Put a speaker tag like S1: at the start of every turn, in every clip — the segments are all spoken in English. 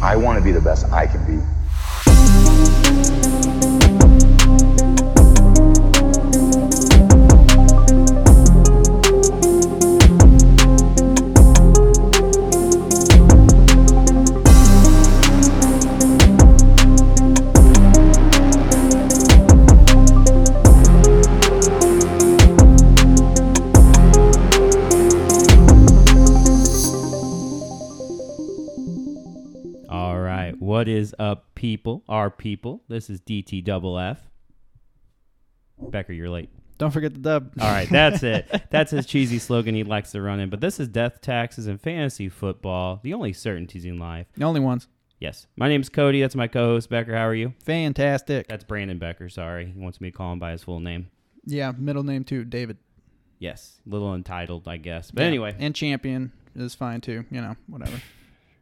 S1: I want to be the best I can be.
S2: All right. What is up, people? Our people. This is DT Double F. Becker, you're late.
S3: Don't forget the dub.
S2: All right, that's it. That's his cheesy slogan he likes to run in. But this is death, taxes, and fantasy football, the only certainties in life.
S3: The only ones.
S2: Yes. My name's Cody. That's my co host, Becker. How are you?
S3: Fantastic.
S2: That's Brandon Becker. Sorry. He wants me to call him by his full name.
S3: yeah, middle name too, David.
S2: Yes. Little entitled, I guess. But
S3: Yeah.
S2: anyway.
S3: And champion is fine too, you know, whatever.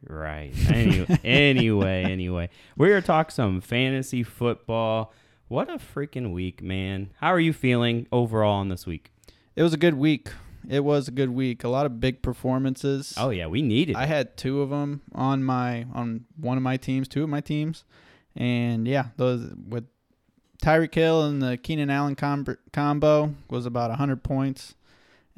S2: Right. Anyway, anyway, anyway. We're going to talk some fantasy football. What a freaking week, man. How are you feeling overall on this week?
S3: It was a good week. It was a good week. A lot of big performances.
S2: Oh, yeah. We needed
S3: I
S2: it.
S3: had two of them on my on one of my teams, two of my teams, and yeah, those with Tyreek Hill and the Keenan Allen com- combo was about hundred points,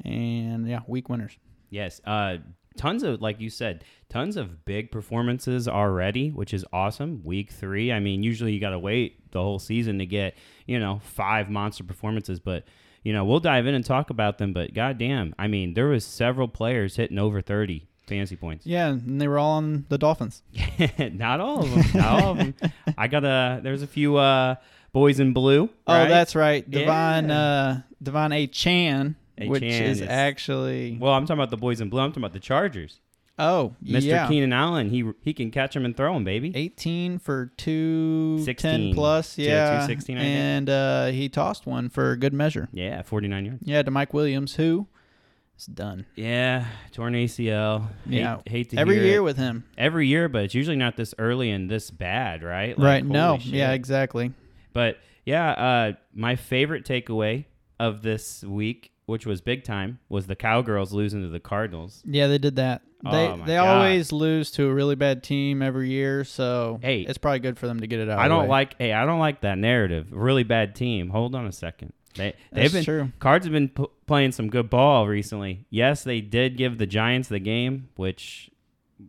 S3: and yeah, week winners.
S2: Yes. Uh, tons of, like you said, tons of big performances already, which is awesome. Week three. I mean, usually you got to wait the whole season to get, you know, five monster performances, but. You know, we'll dive in and talk about them, but goddamn, I mean, there was several players hitting over thirty fantasy points.
S3: Yeah, and they were all on the Dolphins.
S2: not all of them. Not all of them. I got a. There's a few uh, boys in blue.
S3: Oh, that's right, Devon
S2: Yeah.
S3: uh, Devon A. Chan,
S2: A.
S3: which
S2: Chan
S3: is
S2: is-
S3: actually
S2: Well, I'm talking about the boys in blue. I'm talking about the Chargers.
S3: oh
S2: Mr.
S3: yeah,
S2: Keenan Allen. He he can catch him and throw him, baby.
S3: eighteen for two
S2: 16.
S3: ten plus,
S2: Yeah,
S3: yeah,
S2: 216, I think.
S3: and uh, he tossed one for good measure.
S2: Yeah, 49 yards.
S3: Yeah, to Mike Williams, who is done.
S2: Yeah, torn ACL. Hate, hate to
S3: every
S2: hear
S3: year
S2: it.
S3: with him.
S2: every year, but it's usually not this early and this bad, right? Like,
S3: right?
S2: holy
S3: No.
S2: shit.
S3: Yeah, exactly.
S2: But yeah, uh, my favorite takeaway of this week, which was big time, was the Cowgirls losing to the Cardinals.
S3: Yeah, they did that.
S2: Oh,
S3: They
S2: my
S3: they
S2: God.
S3: always lose to a really bad team every year, so
S2: Hey.
S3: it's probably good for them to get it out.
S2: I
S3: of the
S2: don't
S3: way.
S2: like. Hey, I don't like that narrative. Really bad team. Hold on a second. They they've
S3: That's
S2: been
S3: true.
S2: cards have been p- playing some good ball recently. Yes, they did give the Giants the game, which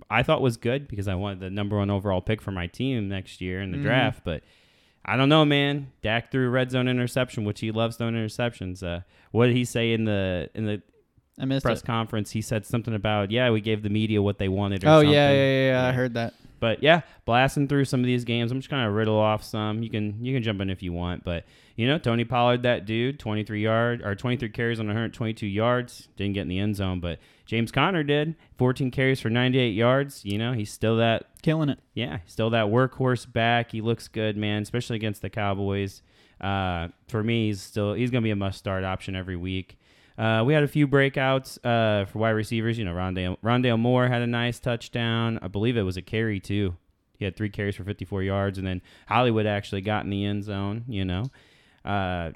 S2: I thought was good because I wanted the number one overall pick for my team next year in the
S3: Mm-hmm.
S2: draft. But I don't know, man. Dak threw a red zone interception, which he loves throwing interceptions. Uh, what did he say in the in the
S3: I missed
S2: press
S3: it.
S2: conference? He said something about yeah, we gave the media what they wanted. Or
S3: Oh yeah,
S2: something.
S3: yeah, yeah, yeah, I
S2: Yeah.
S3: heard that.
S2: But yeah, blasting through some of these games. I'm just gonna riddle off some. You can you can jump in if you want, but you know Tony Pollard, that dude, 23 yard or 23 carries on 122 yards, didn't get in the end zone, but James Conner did 14 carries for 98 yards. You know he's still that
S3: Killing it.
S2: yeah he's still that workhorse back. He looks good, man, especially against the Cowboys. Uh, for me, he's still he's gonna be a must start option every week. Uh, we had a few breakouts uh, for wide receivers. You know, Rondale, Rondale Moore had a nice touchdown. I believe it was a carry too. He had three carries for 54 yards, and then Hollywood actually got in the end zone. You know, uh,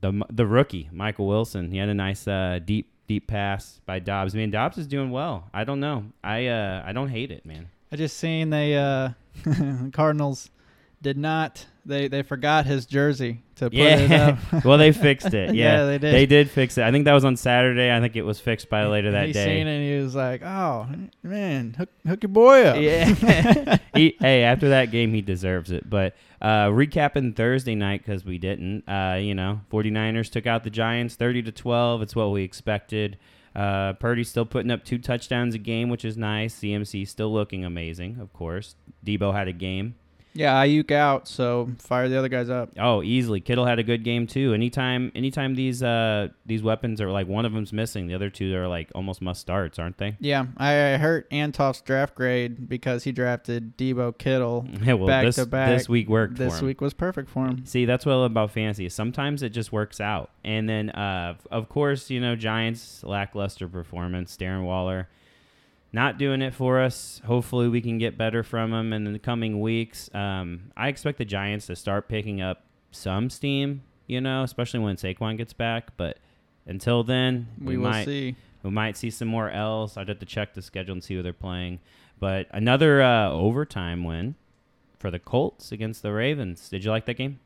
S2: the the rookie Michael Wilson. He had a nice uh, deep deep pass by Dobbs. Man, Dobbs is doing well. I don't know. I uh, I don't hate it, man.
S3: I just seen they uh, Cardinals did not. They they forgot his jersey to put it
S2: Yeah.
S3: up.
S2: well, they fixed it. Yeah.
S3: Yeah, they did.
S2: They did fix it. I think that was on Saturday. I think it was fixed by later that
S3: he
S2: day.
S3: seen it and he was like, "Oh man, hook, hook your boy up."
S2: Yeah. he, hey, after that game, he deserves it. But uh, recapping Thursday night because we didn't. Uh, you know, 49ers took out the Giants 30 to 12. It's what we expected. Uh, Purdy's still putting up two touchdowns a game, which is nice. CMC still looking amazing, of course. Debo had a game.
S3: yeah. Ayuk out, so fire the other guys up.
S2: Oh, easily. Kittle had a good game too. Anytime, anytime these uh, these weapons are like one of them's missing, the other two are like almost must starts, aren't they?
S3: Yeah, I I hurt Antoff's draft grade because he drafted Debo Kittle
S2: Yeah, Mm, well,
S3: back
S2: this
S3: to back.
S2: this week worked. for
S3: This
S2: him.
S3: week was perfect for him.
S2: See, that's what I love about fantasy. is Sometimes it just works out. And then, uh, of course, you know, Giants lackluster performance. Darren Waller, not doing it for us. Hopefully, we can get better from him in the coming weeks. Um, I expect the Giants to start picking up some steam, you know, especially when Saquon gets back. But until then,
S3: We, will
S2: might
S3: see.
S2: we might see some more else. I'd have to check the schedule and see who they're playing. But another uh, overtime win for the Colts against the Ravens. Did you like that game?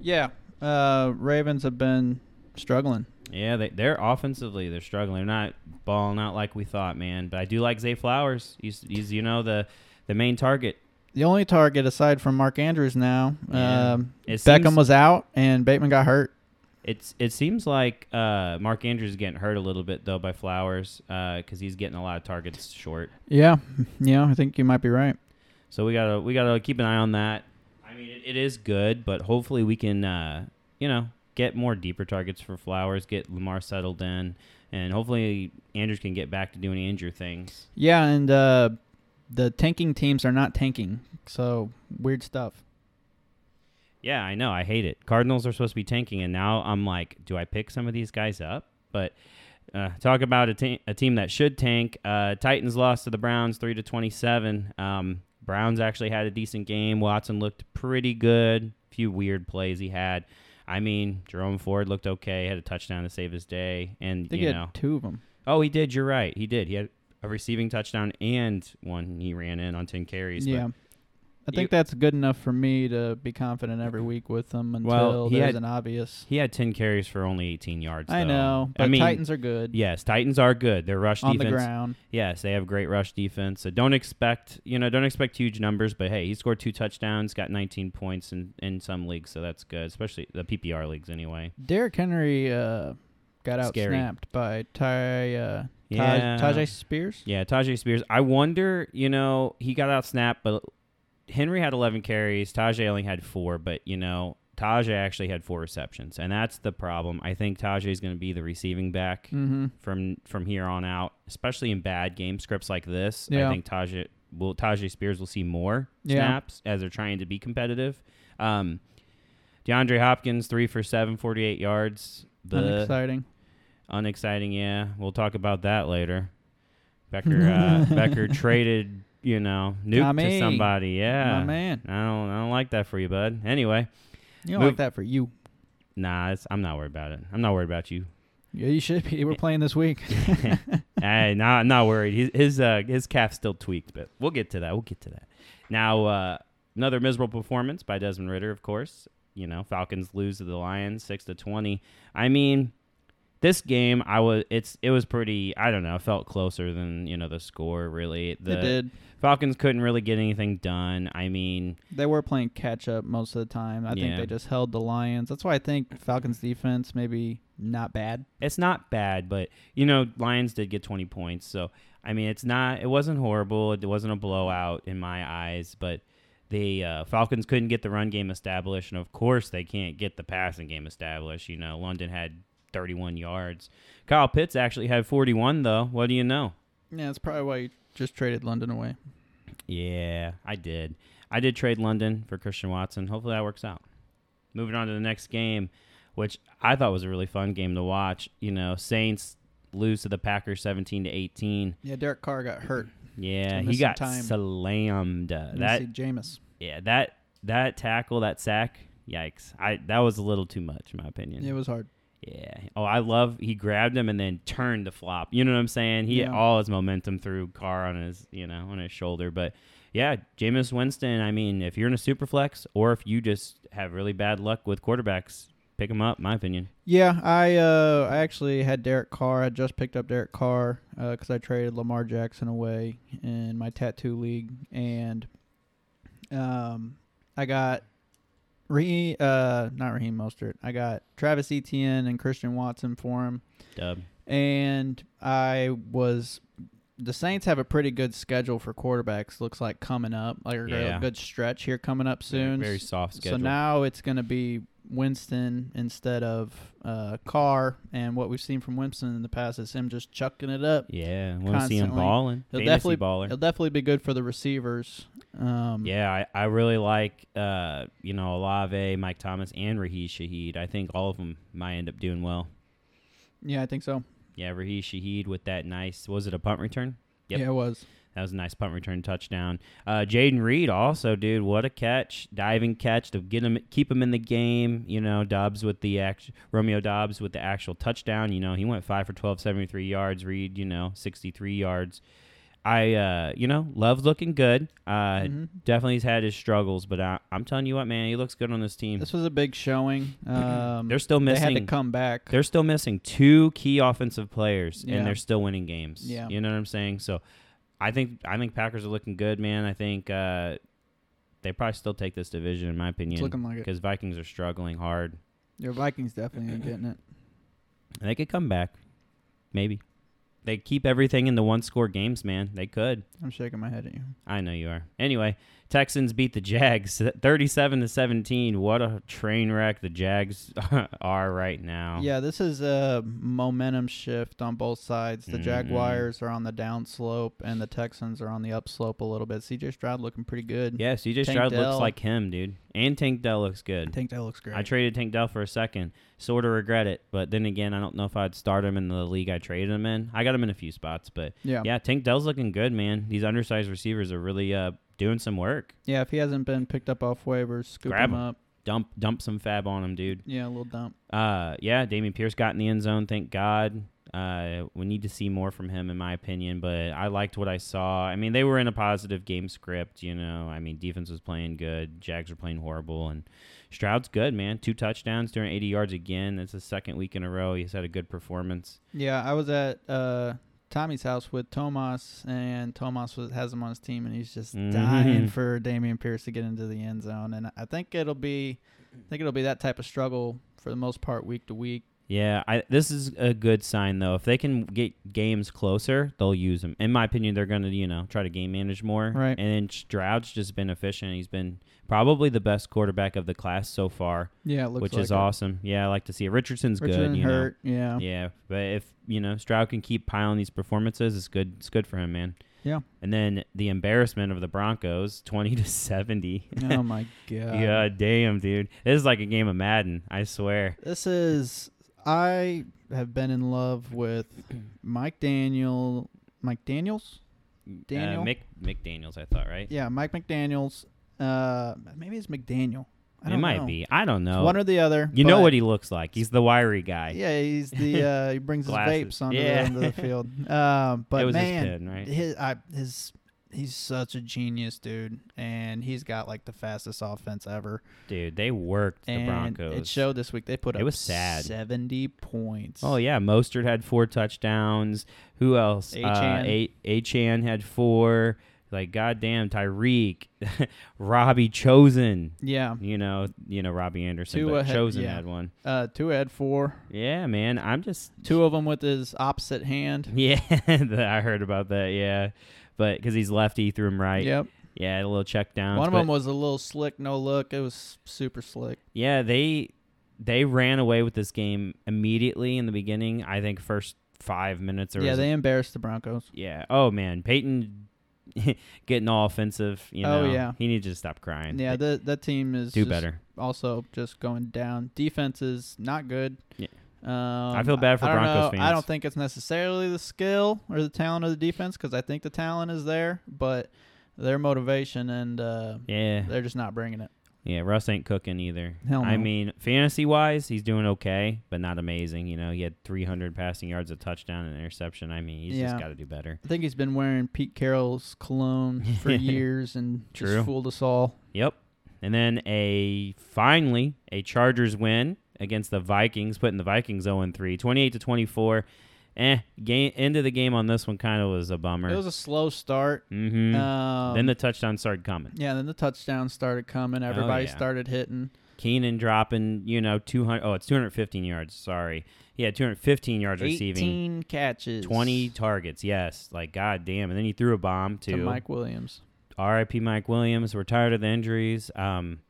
S3: Yeah, uh, Ravens have been struggling.
S2: Yeah, they, they're offensively they're struggling. They're not balling out like we thought, man. But I do like Zay Flowers. He's, he's you know the the main target.
S3: The only target aside from Mark Andrews now,
S2: Yeah.
S3: um,
S2: It
S3: Beckham
S2: seems-
S3: was out and Bateman got hurt.
S2: It's it seems like uh, Mark Andrews is getting hurt a little bit though by Flowers because he's getting a lot of targets short.
S3: Yeah, yeah, I think you might be right.
S2: So we gotta we gotta keep an eye on that. I mean, it, it is good, but hopefully we can uh, you know get more deeper targets for Flowers, get Lamar settled in, and hopefully Andrews can get back to doing Andrew things.
S3: Yeah, and uh, the tanking teams are not tanking, so weird stuff.
S2: Yeah, I know. I hate it. Cardinals are supposed to be tanking, and now I'm like, do I pick some of these guys up? But uh, talk about a, te- a team that should tank. Uh, Titans lost to the Browns three to twenty seven. Um, Browns actually had a decent game. Watson looked pretty good. few weird plays he had. I mean, Jerome Ford looked okay. Had a touchdown to save his day, and
S3: I think
S2: you
S3: he
S2: know,
S3: had two of them.
S2: oh, he did. You're right. He did. He had a receiving touchdown and one he ran in on ten carries. but-
S3: Yeah. I think that's good enough for me to be confident every week with them until
S2: Well, he
S3: there's
S2: had-
S3: an obvious.
S2: He had 10 carries for only 18 yards.
S3: I
S2: though.
S3: know, but
S2: I mean,
S3: Titans are good
S2: Yes, Titans are good. Their rush
S3: on the
S2: defense.
S3: ground.
S2: Yes, they have great rush defense. So don't expect, you know, don't expect huge numbers, but hey, he scored two touchdowns, got 19 points in, in some leagues, so that's good, especially the PPR leagues anyway.
S3: Derrick Henry uh, got out
S2: Scary.
S3: snapped by Ty, uh,
S2: Yeah.
S3: Taj, Tajay Spears.
S2: Yeah, Tajay Spears. I wonder, you know, he got out snapped, but Henry had 11 carries. Tajay only had four, but, you know, Tajay actually had four receptions, and that's the problem. I think Tajay is going to be the receiving back
S3: Mm-hmm.
S2: from from here on out, especially in bad game scripts like this.
S3: Yeah.
S2: I think Tajay will Tajay Spears will see more
S3: Yeah.
S2: snaps as they're trying to be competitive. Um, DeAndre Hopkins three for seven, 48 yards. The
S3: Unexciting.
S2: unexciting, yeah. We'll talk about that later. Becker uh, Becker traded, you know, Nuke
S3: Tommy.
S2: to somebody. Yeah,
S3: My man.
S2: I don't I don't like that for you, bud. Anyway,
S3: You don't
S2: Move-
S3: like that for you.
S2: nah, it's, I'm not worried about it. I'm not worried about you.
S3: Yeah, you should be. We're playing this week.
S2: hey, not not worried. His his, uh, his calf's still tweaked, but we'll get to that. We'll get to that. Now, uh, another miserable performance by Desmond Ritter, of course. You know, Falcons lose to the Lions six to twenty. I mean, this game, I was it's it was pretty. I don't know. It felt closer than you know the score really. The
S3: they did.
S2: Falcons couldn't really get anything done. I mean,
S3: They were playing catch up most of the time. I think
S2: Yeah.
S3: they just held the Lions. That's why I think Falcons defense maybe not bad.
S2: it's not bad, but you know, Lions did get 20 points. So, I mean, it's not, it wasn't horrible. It wasn't a blowout in my eyes, but the uh, Falcons couldn't get the run game established. And of course, they can't get the passing game established. You know, London had 31 yards. Kyle Pitts actually had 41, though. What do you know?
S3: Yeah, that's probably why you just traded London away.
S2: Yeah, I did. I did trade London for Christian Watson. Hopefully that works out. Moving on to the next game, which I thought was a really fun game to watch. You know, Saints lose to the Packers 17 to 18.
S3: Yeah, Derek Carr got hurt.
S2: Yeah,
S3: So
S2: he
S3: missed
S2: got
S3: some time.
S2: slammed. Uh, That
S3: see Jameis.
S2: yeah, that that tackle, that sack, yikes. I that was a little too much in my opinion.
S3: It was hard.
S2: Yeah. Oh, I love he grabbed him and then turned the flop. You know what I'm saying? He had
S3: Yeah.
S2: all his momentum through Carr on his, you know, on his shoulder. But yeah, Jameis Winston, I mean, if you're in a super flex or if you just have really bad luck with quarterbacks, pick him up, my opinion.
S3: Yeah, I uh, I actually had Derek Carr. I just picked up Derek Carr because I traded Lamar Jackson away in my tattoo league, and um, I got Raheem, uh, not Raheem Mostert. I got Travis Etienne and Christian Watson for him,
S2: Dub.
S3: and I was. The Saints have a pretty good schedule for quarterbacks. Looks like coming up, like a
S2: Yeah.
S3: good stretch here coming up soon.
S2: Very soft schedule.
S3: So now it's going to be Winston instead of uh, Carr, and what we've seen from Winston in the past is him just chucking it up.
S2: yeah, want to see him
S3: constantly.
S2: balling.
S3: He'll
S2: Fantasy
S3: definitely,
S2: baller.
S3: he'll definitely be good for the receivers. Um,
S2: Yeah, I, I really like uh, you know, Olave, Mike Thomas, and Raheed Shaheed. I think all of them might end up doing well.
S3: yeah, I think so.
S2: Yeah, Raheed Shaheed with that nice was it a punt return? Yep.
S3: Yeah, it was.
S2: That was a nice punt return touchdown. Uh, Jaden Reed also, dude, what a catch! Diving catch to get him, keep him in the game. You know, Dobbs with the act, Romeo Dobbs with the actual touchdown. You know, he went five for 12, 73 yards. Reed, you know, sixty three yards. I, uh, you know, love looking good. Uh,
S3: Mm-hmm.
S2: Definitely has had his struggles, but I, I'm telling you what, man, he looks good on this team.
S3: This was a big showing. Um,
S2: Mm. They're still
S3: They had to
S2: missing-
S3: come back.
S2: They're still missing two key offensive players,
S3: Yeah.
S2: and they're still winning games.
S3: Yeah.
S2: you know what I'm saying. So, I think I think Packers are looking good, man. I think uh, they probably still take this division, in my opinion.
S3: looking like it.
S2: because Vikings are struggling hard.
S3: Your Vikings definitely ain't getting it.
S2: And they could come back, maybe. They keep everything in the one score games, man. They could.
S3: I'm shaking my head at you.
S2: I know you are. Anyway, Texans beat the Jags 37 to 17. What a train wreck the Jags are right now.
S3: Yeah, this is a momentum shift on both sides. The
S2: Mhm.
S3: Jaguars are on the downslope, and the Texans are on the upslope a little bit. CJ Stroud looking pretty good.
S2: Yeah, CJ
S3: Tank
S2: Stroud
S3: Dell.
S2: looks like him, dude. And Tank Dell looks
S3: I
S2: good.
S3: think that looks great.
S2: I traded Tank Dell for a second. Sort of regret it, but then again, I don't know if I'd start him in the league I traded him in. I got him in a few spots, but
S3: yeah. yeah,
S2: yeah, Tank Dell's looking good, man. These undersized receivers are really uh, doing some work.
S3: If he hasn't been picked up off waivers, scoop
S2: Grab
S3: him
S2: him.
S3: up.
S2: Dump dump some fab on him, dude.
S3: Yeah, a little dump.
S2: Uh, yeah, Damian Pierce got in the end zone. Thank God. Uh, we need to see more from him, in my opinion. But I liked what I saw. I mean, they were in a positive game script. You know, I mean, defense was playing good. Jags were playing horrible, and Stroud's good, man. Two touchdowns, doing 80 yards again. That's the second week in a row. He's had a good performance.
S3: Yeah, I was at uh, Tommy's house with Tomas, and Tomas was, has him on his team, and he's just dying
S2: Mhm.
S3: for Damian Pierce to get into the end zone. And I think it'll be, I think it'll be that type of struggle for the most part, week to week.
S2: Yeah, I, this is a good sign though. If they can get games closer, they'll use him. In my opinion, they're gonna you know try to game manage more.
S3: Right.
S2: And then Stroud's just been efficient. He's been probably the best quarterback of the class so far.
S3: Yeah, it looks
S2: which
S3: like
S2: is
S3: it.
S2: awesome. Yeah, I like to see it. Richardson's
S3: Richardson
S2: good. You
S3: hurt.
S2: know.
S3: Yeah.
S2: Yeah, but if you know Stroud can keep piling these performances, it's good. It's good for him, man.
S3: Yeah.
S2: And then the embarrassment of the Broncos, twenty to seventy.
S3: oh my god.
S2: yeah, damn, dude. This is like a game of Madden. I swear.
S3: This is I have been in love with Mike Daniel Mike Daniels? Daniel?
S2: Uh, Mick McDaniel's, I thought, right?
S3: Yeah, Mike McDaniels. Uh maybe it's McDaniel. I
S2: it
S3: don't
S2: might
S3: know.
S2: be. I don't
S3: It's
S2: know.
S3: One or the other.
S2: you know
S3: but-
S2: what he looks like? He's the wiry guy.
S3: Yeah, he's the uh he brings his
S2: Glasses.
S3: vapes onto,
S2: Yeah.
S3: the, onto the field. Um but
S2: it was
S3: man,
S2: his pin, right?
S3: his I his he's such a genius dude and he's got like the fastest offense ever.
S2: Dude, they worked the
S3: and
S2: Broncos.
S3: It showed this week. They put
S2: It
S3: up
S2: was sad.
S3: seventy points.
S2: Oh yeah, Mostert had four touchdowns. Who else? Uh,
S3: Achane.
S2: A- Achan had four. Like goddamn, Tyreek, Robbie Chosen.
S3: yeah.
S2: You know, you know Robbie Anderson,
S3: Tua
S2: but
S3: had-
S2: Chosen
S3: yeah.
S2: had one.
S3: Uh, two had four.
S2: Yeah, man, I'm just
S3: Two of them with his opposite hand.
S2: yeah. I heard about that. Yeah, but because he's lefty, he threw him right.
S3: Yep.
S2: Yeah, a little check down.
S3: One of them was a little slick, no look. It was super slick.
S2: Yeah, they they ran away with this game immediately in the beginning. I think first five minutes or
S3: yeah,
S2: was
S3: they embarrassed the Broncos.
S2: Yeah. Oh man, Peyton getting all offensive. You know,
S3: Oh, yeah.
S2: He needs to stop crying.
S3: Yeah,
S2: They
S3: the that team is
S2: do
S3: just
S2: better.
S3: Also, just going down. Defense is not good.
S2: Yeah.
S3: Um,
S2: I feel bad for
S3: I don't
S2: Broncos
S3: know. I
S2: fans.
S3: don't think it's necessarily the skill or the talent of the defense because I think the talent is there, but their motivation and uh,
S2: Yeah.
S3: they're just not bringing it.
S2: Yeah. Russ ain't cooking either.
S3: Hell
S2: I
S3: no.
S2: mean, fantasy wise, he's doing okay, but not amazing. You know, he had 300 passing yards, a touchdown, and an interception. I mean, he's just
S3: Yeah.
S2: got to do better.
S3: I think he's been wearing Pete Carroll's cologne for years and
S2: True.
S3: just fooled us all.
S2: Yep. And then a finally a Chargers win against the Vikings, putting the Vikings 0 3, 28 to 24. Eh, game end of the game on this one kind of was a bummer.
S3: It was a slow start.
S2: mm-hmm.
S3: Um,
S2: then the touchdown started coming.
S3: yeah, then the touchdowns started coming. Everybody
S2: yeah.
S3: started hitting.
S2: Keenan dropping, you know, 200. Oh, it's 215 yards. Sorry. Yeah, 215 yards receiving,
S3: Eighteen catches.
S2: 20 targets. Yes. Like, god damn. And then he threw a bomb
S3: to
S2: to,
S3: Mike Williams.
S2: RIP Mike Williams. We're tired of the injuries. Um,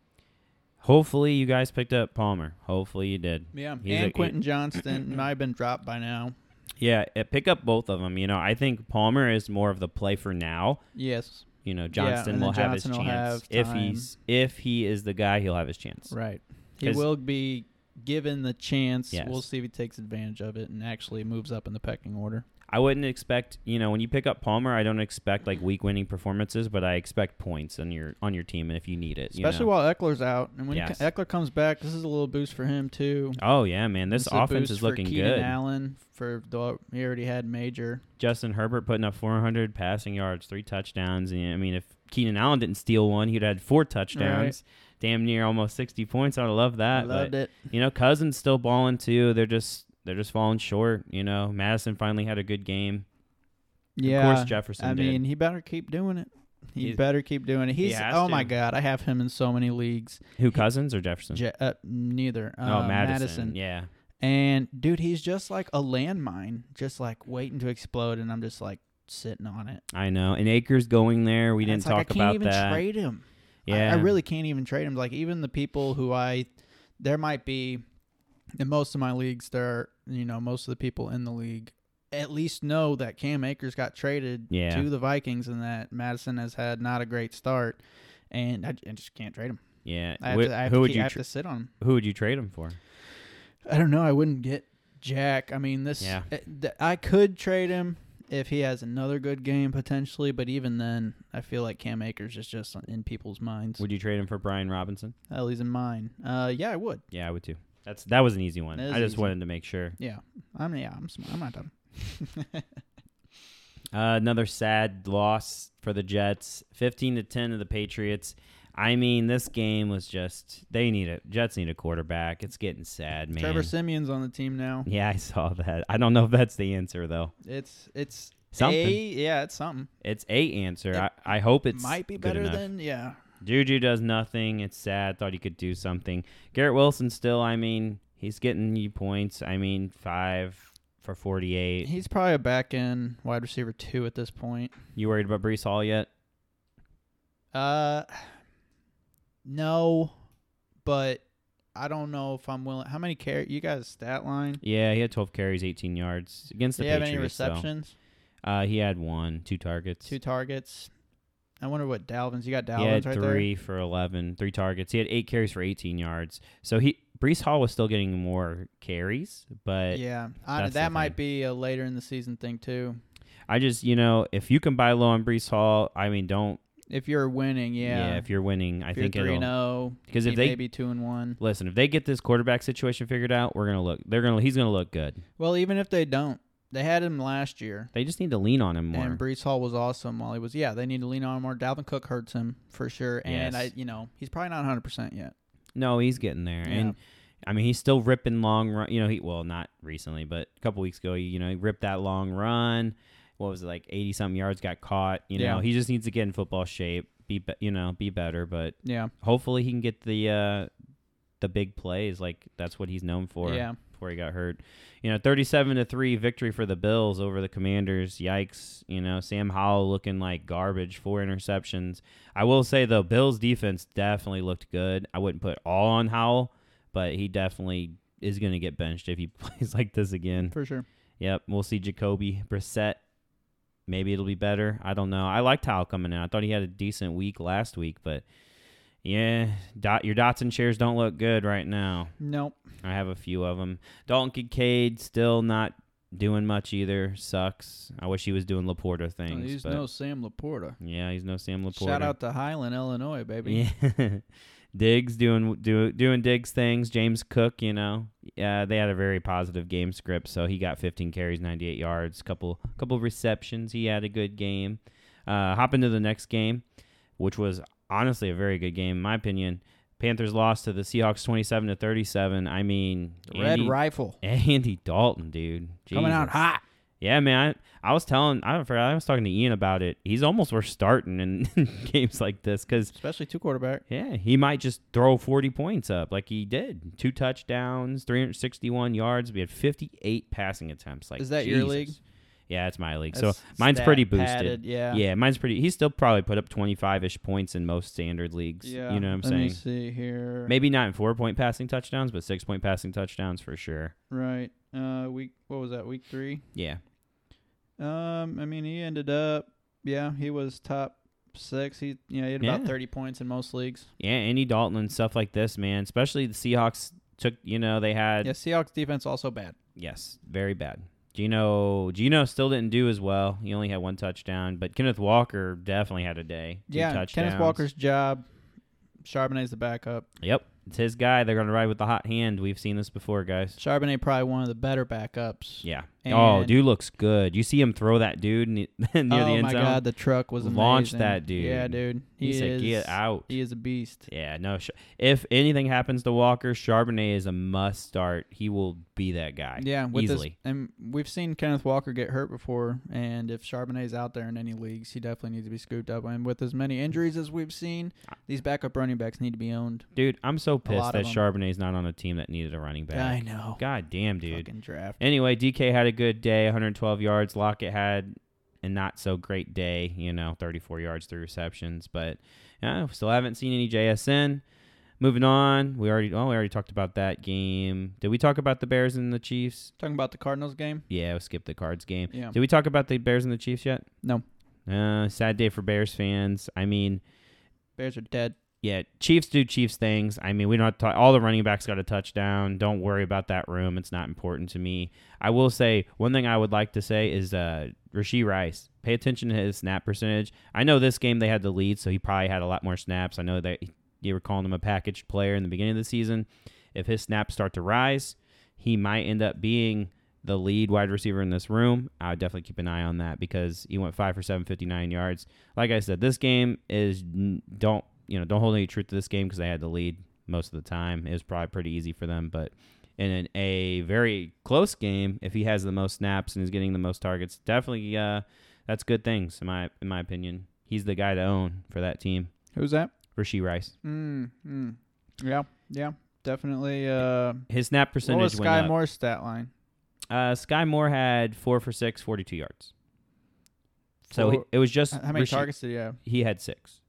S2: hopefully, you guys picked up Palmer. Hopefully, you did.
S3: Yeah,
S2: He's
S3: and
S2: a-
S3: Quentin Johnston might have been dropped by now.
S2: Yeah, eh, pick up both of them. You know, I think Palmer is more of the play for now.
S3: Yes,
S2: You know,
S3: Yeah, and
S2: Johnston
S3: then
S2: will have his
S3: Johnston will
S2: chance
S3: have
S2: if
S3: time.
S2: he's if he is the guy, he'll have his chance.
S3: right. He
S2: 'Cause-
S3: will be given the chance.
S2: Yes.
S3: We'll see if he takes advantage of it and actually moves up in the pecking order.
S2: I wouldn't expect, you know, when you pick up Palmer, I don't expect like weak winning performances, but I expect points on your on your team if you need it. you
S3: Especially
S2: know?
S3: while Eckler's out, and when
S2: Yes.
S3: Eckler comes back, this is a little boost for him too.
S2: Oh yeah, man, this
S3: It's a
S2: offense
S3: boost
S2: is looking
S3: for Keenan
S2: good.
S3: Allen for the, he already had major.
S2: Justin Herbert putting up 400 passing yards, three touchdowns. And, I mean, if Keenan Allen didn't steal one, he'd had four touchdowns, damn near almost 60 points. I would love
S3: I
S2: that.
S3: loved
S2: Uh, but,
S3: it.
S2: You know, Cousins still balling too. They're just they're just falling short. You know, Madison finally had a good game.
S3: Yeah,
S2: of course Jefferson.
S3: I
S2: did.
S3: mean, he better keep doing it. He
S2: He's-
S3: better keep doing it.
S2: he
S3: He's
S2: has
S3: oh my
S2: to.
S3: god, I have him in so many leagues.
S2: who Cousins or Jefferson?
S3: Je- uh, neither.
S2: Mm. oh,
S3: uh,
S2: Madison. Yeah.
S3: And dude, he's just like a landmine, just like waiting to explode, and I'm just like sitting on it.
S2: I know. And Akers going there. We
S3: And
S2: didn't
S3: it's
S2: talk
S3: like, I can't
S2: about
S3: even
S2: that.
S3: trade him. I-
S2: yeah.
S3: I, really can't even trade him. Like even the people who I, there might be, in most of my leagues, there are you know most of the people in the league at least know that Cam Akers got traded
S2: Yeah.
S3: to the Vikings and that Madison has had not a great start, and I, I just can't trade him.
S2: Yeah.
S3: I have,
S2: Wh-
S3: to, I have,
S2: who
S3: to,
S2: would
S3: keep-
S2: you
S3: I have
S2: tr-
S3: to sit on him.
S2: who would you trade him for?
S3: I don't know. I wouldn't get Jack. I mean, this.
S2: Yeah.
S3: uh, th- I could trade him if he has another good game potentially, but even then, I feel like Cam Akers is just in people's minds.
S2: Would you trade him for Brian Robinson?
S3: At least in mine. Uh, yeah, I would.
S2: Yeah, I would too. That's that was an easy one.
S3: That is
S2: I just
S3: easy.
S2: wanted to make sure.
S3: Yeah, I'm. Yeah, I'm. Smart. I'm not dumb.
S2: Uh, another sad loss for the Jets, fifteen to ten to the Patriots. I mean, this game was just they need a Jets need a quarterback. It's getting sad, man.
S3: Trevor Simeon's on the team now.
S2: yeah, I saw that. I don't know if that's the answer though.
S3: It's it's
S2: Something.
S3: A, yeah, it's something.
S2: It's a answer. I, I hope it's
S3: Might be
S2: good
S3: better
S2: enough.
S3: than yeah.
S2: Juju does nothing. It's sad. Thought he could do something. Garrett Wilson still. I mean, he's getting you points. I mean, five for forty-eight.
S3: He's probably a back end wide receiver two at this point.
S2: You worried about Brees Hall yet?
S3: Uh, no, but I don't know if I'm willing. How many carry you guys stat line?
S2: Yeah, he had 12 carries, 18 yards against
S3: Do
S2: the
S3: you have any
S2: Patriots. though.
S3: receptions?
S2: Uh, he had one, two targets.
S3: Two targets. I wonder what Dalvin's. You got
S2: he had
S3: Dalvin's right
S2: three for 11, three targets. He had eight carries for 18 yards. So he Brees Hall was still getting more carries,
S3: there.
S2: but
S3: Yeah, I,
S2: that's the
S3: that
S2: thing.
S3: might be a later in the season thing too.
S2: I just you know if you can buy low on Brees Hall, I mean don't
S3: If you're winning, yeah.
S2: yeah, if you're winning, I
S3: If
S2: think
S3: you're three and oh,
S2: it'll
S3: zero,
S2: because if they
S3: maybe two and one.
S2: listen if they get this quarterback situation figured out, we're gonna look they're gonna he's gonna look good.
S3: Well, even if they don't, they had him last year,
S2: They just need to lean on him more.
S3: and Brees Hall was awesome while he was. Yeah, they need to lean on him more. Dalvin Cook hurts him for sure,
S2: Yes.
S3: and I, you know, he's probably not 100 percent yet.
S2: No, he's getting there,
S3: Yeah.
S2: and I mean he's still ripping long run. You know, he well not recently, but a couple weeks ago, you know, he ripped that long run. What was it like eighty something yards? Got caught. You know,
S3: Yeah.
S2: he just needs to get in football shape. Be, be you know be better, but
S3: Yeah,
S2: hopefully he can get the uh the big plays. Like that's what he's known for.
S3: yeah.
S2: Before he got hurt, you know, thirty-seven to three victory for the Bills over the Commanders. Yikes! You know, Sam Howell looking like garbage, four interceptions. I will say though, Bills defense definitely looked good. I wouldn't put all on Howell, but he definitely is going to get benched if he plays like this again.
S3: for sure.
S2: Yep, we'll see Jacoby Brissett. Maybe it'll be better. I don't know. I liked Howell coming in. I thought he had a decent week last week, but yeah, dot your Dotson shares don't look good right now.
S3: Nope.
S2: I have a few of them. Dalton Kincaid still not doing much either. Sucks. I wish he was doing Laporta things.
S3: Oh, Uh, he's
S2: but
S3: no Sam Laporta.
S2: yeah, he's no Sam Laporta.
S3: Shout out to Highland, Illinois, baby.
S2: Yeah. Diggs doing do, doing Diggs things. James Cook, you know, yeah, they had a very positive game script. So he got 15 carries, 98 yards, couple couple receptions. He had a good game. Uh, hop into the next game, which was honestly a very good game in my opinion. Panthers lost to the Seahawks 27 to 37. I mean,
S3: Red
S2: Andy,
S3: Rifle
S2: Andy Dalton, dude,
S3: coming out
S2: Jesus.
S3: hot.
S2: Yeah, man. I, I was telling, I forgot, I was talking to Ian about it. He's almost worth starting in games like this because
S3: Especially two quarterback.
S2: yeah, he might just throw 40 points up like he did. Two touchdowns, 361 yards. We had 58 passing attempts. Like
S3: Is that your
S2: Jesus.
S3: league?
S2: Yeah, it's my league.
S3: That's
S2: so mine's
S3: stat
S2: pretty boosted.
S3: padded, yeah.
S2: Yeah, mine's pretty. He still probably put up 25 ish points in most standard leagues. You know what I'm
S3: Let
S2: saying?
S3: me see here.
S2: Maybe not in four point passing touchdowns, but six point passing touchdowns for sure.
S3: Right. Uh, week. What was that? Week three.
S2: Yeah.
S3: Um, I mean, he ended up. Yeah, he was top six. He yeah, he had about
S2: Yeah.
S3: thirty points in most leagues.
S2: Yeah, Andy Dalton and stuff like this, man. Especially the Seahawks took, you know, they had.
S3: Yeah, Seahawks defense also bad.
S2: Yes, very bad. Gino Gino still didn't do as well. He only had one touchdown, but Kenneth Walker definitely had a day. Two
S3: yeah,
S2: touchdowns.
S3: Kenneth Walker's job. Charbonnet's the backup.
S2: Yep, it's his guy. They're gonna ride with the hot hand. We've seen this before, guys.
S3: Charbonnet probably one of the better backups.
S2: Yeah. oh,
S3: And-
S2: dude looks good. You see him throw that dude ne- near
S3: oh
S2: the end
S3: my
S2: zone.
S3: god, the truck was amazing.
S2: Launch that dude.
S3: Yeah, dude. He
S2: He said,
S3: is,
S2: "Get out."
S3: He is a beast.
S2: Yeah, no. Sh- if anything happens to Walker, Charbonnet is a must start. He will be that guy.
S3: Yeah, with
S2: easily.
S3: This, and we've seen Kenneth Walker get hurt before, and if Charbonnet's out there in any leagues, he definitely needs to be scooped up. And with as many injuries as we've seen, these backup running backs need to be owned.
S2: Dude, I'm so pissed
S3: lot of
S2: that
S3: 'em.
S2: Charbonnet's not on a team that needed a running back.
S3: I know.
S2: God damn, dude.
S3: Fucking draft.
S2: Anyway, DK had a good day, 112 yards. Lockett had a not so great day, you know, 34 yards, three receptions. But yeah, we still haven't seen any JSN. Moving on, we already oh we already talked about that game. Did we talk about the Bears and the Chiefs?
S3: Talking about the Cardinals game.
S2: Yeah, we skipped the Cards game.
S3: Yeah.
S2: Did we talk about the Bears and the Chiefs yet?
S3: No,
S2: Uh, sad day for Bears fans. I mean,
S3: Bears are dead.
S2: yeah, Chiefs do Chiefs things. I mean, we don't have to talk, all the running backs got a touchdown. Don't worry about that room. It's not important to me. I will say one thing I would like to say is uh Rasheed Rice. Pay attention to his snap percentage. I know this game they had the lead, so he probably had a lot more snaps. I know that you were calling him a package player in the beginning of the season. If his snaps start to rise, he might end up being the lead wide receiver in this room. I would definitely keep an eye on that because he went five for seven, fifty-nine yards. Like I said, this game is n- don't you know don't hold any truth to this game because they had the lead most of the time. It was probably pretty easy for them, but in an, a very close game, if he has the most snaps and is getting the most targets, definitely uh, that's good things in my in my opinion. He's the guy to own for that team.
S3: Who's that?
S2: Rasheed Rice.
S3: Mm, mm. Yeah, yeah, definitely. Uh,
S2: His snap
S3: what was
S2: percentage went
S3: Sky
S2: up.
S3: Moore's stat line?
S2: Uh, Sky Moore had four for six, 42 yards. So he-
S3: Four-
S2: it was just
S3: How many
S2: Rasheed-
S3: targets did he have?
S2: He had six.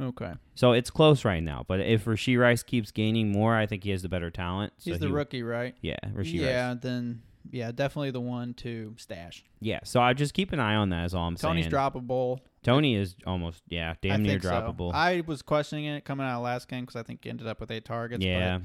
S3: Okay,
S2: So it's close right now. But if Rasheed Rice keeps gaining more, I think he has the better talent. So
S3: he's the
S2: he-
S3: rookie, right?
S2: Yeah, Rasheed
S3: yeah,
S2: Rice.
S3: then yeah, definitely the one to stash.
S2: Yeah. So I just keep an eye on that. Is all I'm
S3: Tony's
S2: saying.
S3: droppable.
S2: Tony is almost yeah, damn
S3: I
S2: near
S3: think so.
S2: droppable.
S3: I was questioning it coming out of last game because I think he ended up with eight targets.
S2: yeah,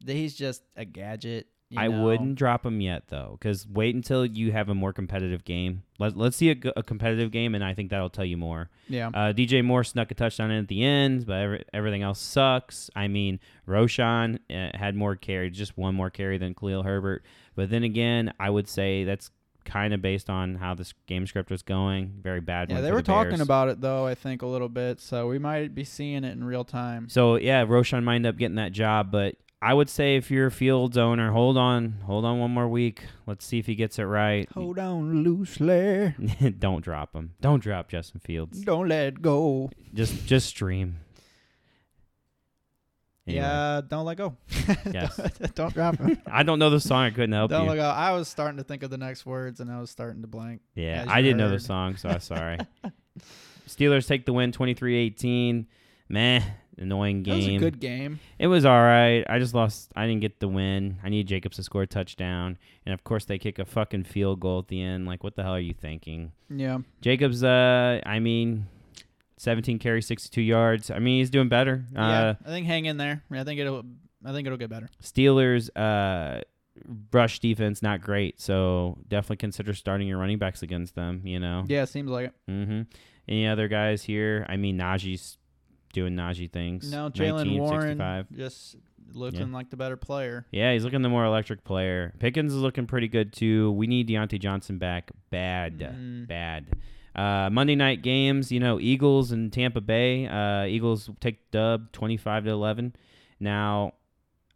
S3: but th- he's just a gadget. you
S2: I
S3: know.
S2: wouldn't drop him yet though, because wait until you have a more competitive game. Let Let's see a, g- a competitive game, and I think that'll tell you more.
S3: Yeah,
S2: Uh, DJ Moore snuck a touchdown in at the end, but every, everything else sucks. I mean, Roshan uh, had more carry, just one more carry than Khalil Herbert. But then again, I would say that's kind of based on how this game script was going. Very bad.
S3: yeah.
S2: one
S3: They
S2: for
S3: were
S2: the
S3: talking
S2: Bears.
S3: about it though. I think a little bit, so we might be seeing it in real time.
S2: So yeah, Roshan might end up getting that job, but I would say if you're a Fields owner, hold on, hold on one more week. Let's see if he gets it right.
S3: Hold on loosely,
S2: Don't drop him. Don't drop Justin Fields.
S3: don't let go.
S2: Just just stream. Anyway.
S3: Yeah, don't let go.
S2: Yes.
S3: don't, don't drop him.
S2: I don't know the song. I couldn't help
S3: don't
S2: you.
S3: let go. I was starting to think of the next words, and I was starting to blank.
S2: Yeah,
S3: as
S2: I
S3: you
S2: didn't know the
S3: heard.
S2: song, so I'm sorry. Steelers take the win 23-18. Meh, annoying
S3: That was a
S2: game.
S3: good game.
S2: it was all right. I just lost. I didn't get the win. I need Jacobs to score a touchdown, and of course they kick a fucking field goal at the end. Like, what the hell are you thinking?
S3: Yeah.
S2: Jacobs, uh, I mean, 17 carries, 62 yards. I mean, he's doing better. Uh,
S3: yeah, I think hang in there. I think it'll. I think it'll get better.
S2: Steelers uh rush defense not great, so definitely consider starting your running backs against them, you know.
S3: Yeah, seems like it.
S2: Mm-hmm. Any other guys here? I mean Najee's doing Najee things.
S3: No, Jalen
S2: 19,
S3: Warren
S2: 65.
S3: just looking
S2: Yeah.
S3: like the better player.
S2: Yeah, he's looking the more electric player. Pickens is looking pretty good too. We need Deontay Johnson back bad.
S3: Mm.
S2: Bad. Uh, Monday night games, you know, Eagles and Tampa Bay. Uh, Eagles take dub 25 to 11. Now,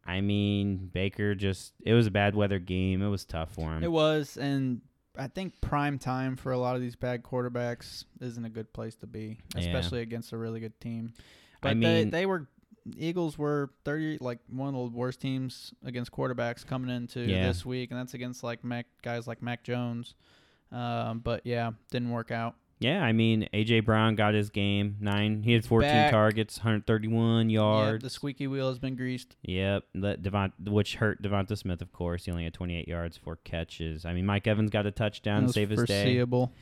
S2: I mean, Baker just, it was a bad weather game. It was tough for him.
S3: It was, and I think prime time for a lot of these bad quarterbacks isn't a good place to be,
S2: Yeah.
S3: especially against a really good team.
S2: I
S3: But they,
S2: mean-
S3: they were Eagles were thirty like one of the worst teams against quarterbacks coming into
S2: Yeah.
S3: this week, and that's against like Mac guys like Mac Jones. Um, but yeah, didn't work out.
S2: yeah, I mean, A.J. Brown got his game. Nine. He had 14
S3: Back.
S2: targets, 131
S3: Yeah,
S2: yards.
S3: the squeaky wheel has been greased.
S2: Yep, that Devont, which hurt Devonta Smith, of course. He only had 28 yards, four catches. I mean, Mike Evans got a touchdown,
S3: That
S2: to
S3: was
S2: save his day.
S3: foreseeable.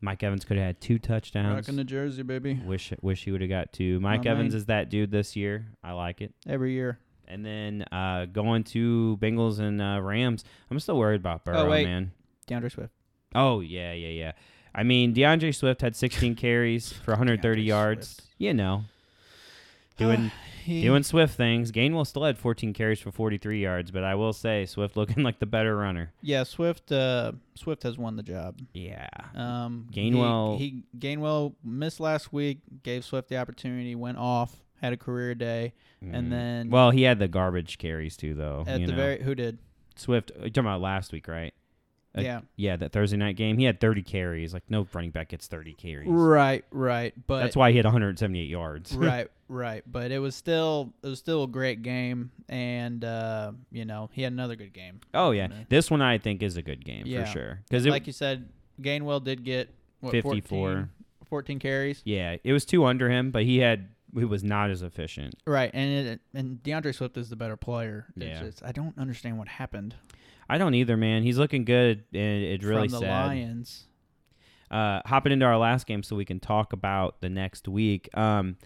S2: Mike Evans could have had two touchdowns.
S3: Back in the jersey, baby.
S2: Wish wish he would have got two. Mike
S3: My
S2: Evans
S3: man.
S2: is that dude this year. I like it
S3: Every year.
S2: And then uh, going to Bengals and uh, Rams, I'm still worried about Burrow,
S3: Oh, wait.
S2: man.
S3: DeAndre Swift.
S2: Oh yeah, yeah, yeah. I mean, DeAndre Swift had 16 carries for 130
S3: DeAndre
S2: yards.
S3: Swift. Ah.
S2: You know, doing
S3: He-
S2: doing Swift things. Gainwell still had 14 carries for 43 yards, but I will say Swift looking like the better runner.
S3: Yeah, Swift. Uh, Swift has won the job.
S2: Yeah.
S3: Um, he-
S2: Gainwell-
S3: He, Gainwell missed last week. Gave Swift the opportunity. Went off. Had a career day.
S2: Mm.
S3: And then
S2: well, he had the garbage carries too, though.
S3: at
S2: you
S3: the
S2: know.
S3: very who did?
S2: Swift, you're talking about last week, right? Uh,
S3: yeah.
S2: Yeah, that Thursday night game, he had 30 carries. Like no running back gets 30 carries.
S3: Right. Right. But
S2: That's why he had 178 yards.
S3: right, right. But it was still it was still a great game, and uh, you know he had another good game.
S2: oh yeah,
S3: Yeah.
S2: this one I think is a good game
S3: Yeah.
S2: for sure because it
S3: Like you said, Gainwell did get what,
S2: 54.
S3: 14, 14 carries.
S2: yeah it was two under him, but he had he was not as efficient.
S3: Right, and it, and DeAndre Swift is the better player. It's
S2: Yeah.
S3: just- I don't understand what happened
S2: I don't either, man. He's looking good, and it's really
S3: from the
S2: sad.
S3: Lions.
S2: uh, hopping into our last game so we can talk about the next week. Um,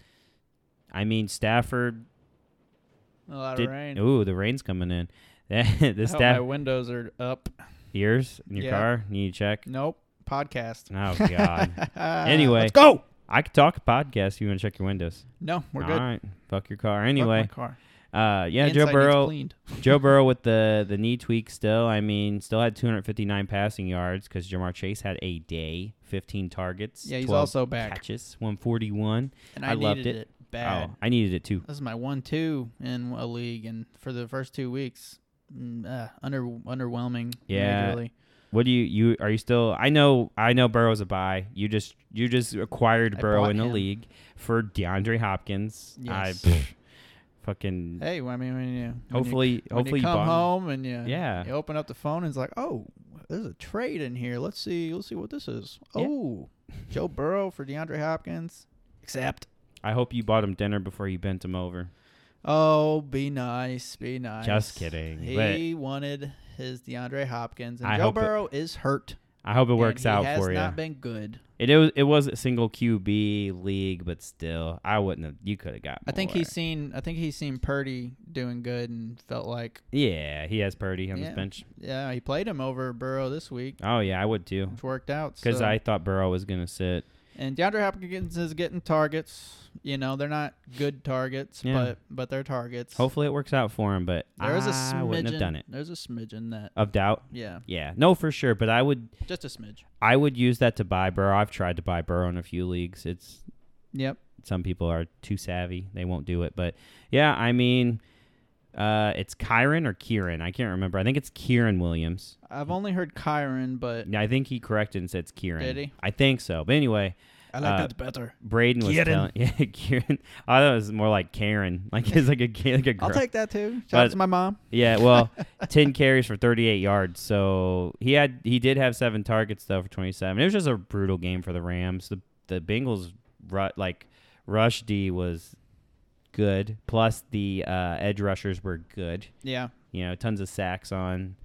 S2: I mean, Stafford
S3: A lot
S2: did.
S3: of rain.
S2: Ooh, the rain's coming in. the
S3: I hope Oh, my
S2: staff
S3: windows are up.
S2: yours in your
S3: Yeah.
S2: car. Need to check.
S3: Nope. Podcast.
S2: Oh God. Anyway.
S3: let's go.
S2: I could talk a podcast. You want to check your windows?
S3: No, we're
S2: All
S3: good.
S2: right. Fuck your car.
S3: Fuck my
S2: Anyway,
S3: car.
S2: uh, yeah,
S3: Inside
S2: Joe
S3: needs
S2: Burrow.
S3: cleaned.
S2: Joe Burrow with the the knee tweak still. I mean, still had 259 passing yards because Jamar Chase had a day, 15 targets.
S3: Yeah, he's
S2: 12
S3: also back,
S2: catches, 141.
S3: and
S2: I
S3: I,
S2: loved
S3: needed
S2: it.
S3: it bad.
S2: Oh, I needed it too.
S3: This is my one two in a league, and for the first two weeks, mm, uh, under underwhelming.
S2: Yeah.
S3: majorly.
S2: What do you you are you still? I know I know Burrow's a buy. You just you just acquired
S3: I
S2: Burrow
S3: bought
S2: in the
S3: him.
S2: league for DeAndre Hopkins. I
S3: Yes.
S2: pff, fucking
S3: Hey, well, I mean, when you when you-
S2: hopefully
S3: when
S2: hopefully
S3: you come
S2: bought him.
S3: home and you
S2: Yeah.
S3: you open up the phone and it's like, oh, there's a trade in here. Let's see, let's see what this is.
S2: Yeah.
S3: Oh, Joe Burrow for DeAndre Hopkins. Accept.
S2: I hope you bought him dinner before you bent him over.
S3: Oh, be nice, be nice.
S2: kidding,
S3: He wanted his DeAndre Hopkins, and
S2: I
S3: Joe
S2: hope it
S3: Burrow is hurt.
S2: I hope it
S3: and
S2: works
S3: he
S2: out
S3: has
S2: for you.
S3: Not been good.
S2: It was it was a single QB league, but still, I wouldn't have. You could have got.
S3: I think
S2: more.
S3: he's seen. I think he's seen Purdy doing good and felt like,
S2: Yeah, he has Purdy on his
S3: Yeah.
S2: bench.
S3: yeah, he played him over Burrow this week,
S2: Oh yeah, I would too.
S3: which worked out.
S2: Because
S3: so-
S2: I thought Burrow was gonna sit.
S3: and DeAndre Hopkins is getting targets. You know, they're not good targets,
S2: Yeah.
S3: but but they're targets.
S2: Hopefully it works out for him, but
S3: there is a
S2: I
S3: smidgen.
S2: wouldn't have done it.
S3: There's a smidgen that,
S2: Of doubt.
S3: yeah,
S2: Yeah, no, for sure. But I would
S3: just a smidge.
S2: I would use that to buy Burrow. I've tried to buy Burrow in a few leagues. It's
S3: Yep.
S2: some people are too savvy; they won't do it. But yeah, I mean, uh, it's Kyron or Kieran. I can't remember. I think it's Kieran Williams.
S3: I've only heard Kyron, but
S2: Yeah, I think he corrected and said it's Kieran.
S3: Did he?
S2: I think so. But anyway,
S3: I
S2: like uh,
S3: that better.
S2: Braden was
S3: Kieran.
S2: telling. Yeah, Kieran. I thought it was more like Karen. Like it's like a ki- like a girl.
S3: I'll take that too. Shout
S2: But-
S3: out to my mom.
S2: yeah, well, ten carries for thirty-eight yards. So he had he did have seven targets though for twenty-seven. It was just a brutal game for the Rams. The the Bengals ru- like rush D was good. Plus the uh, edge rushers were good.
S3: Yeah.
S2: You know, tons of sacks on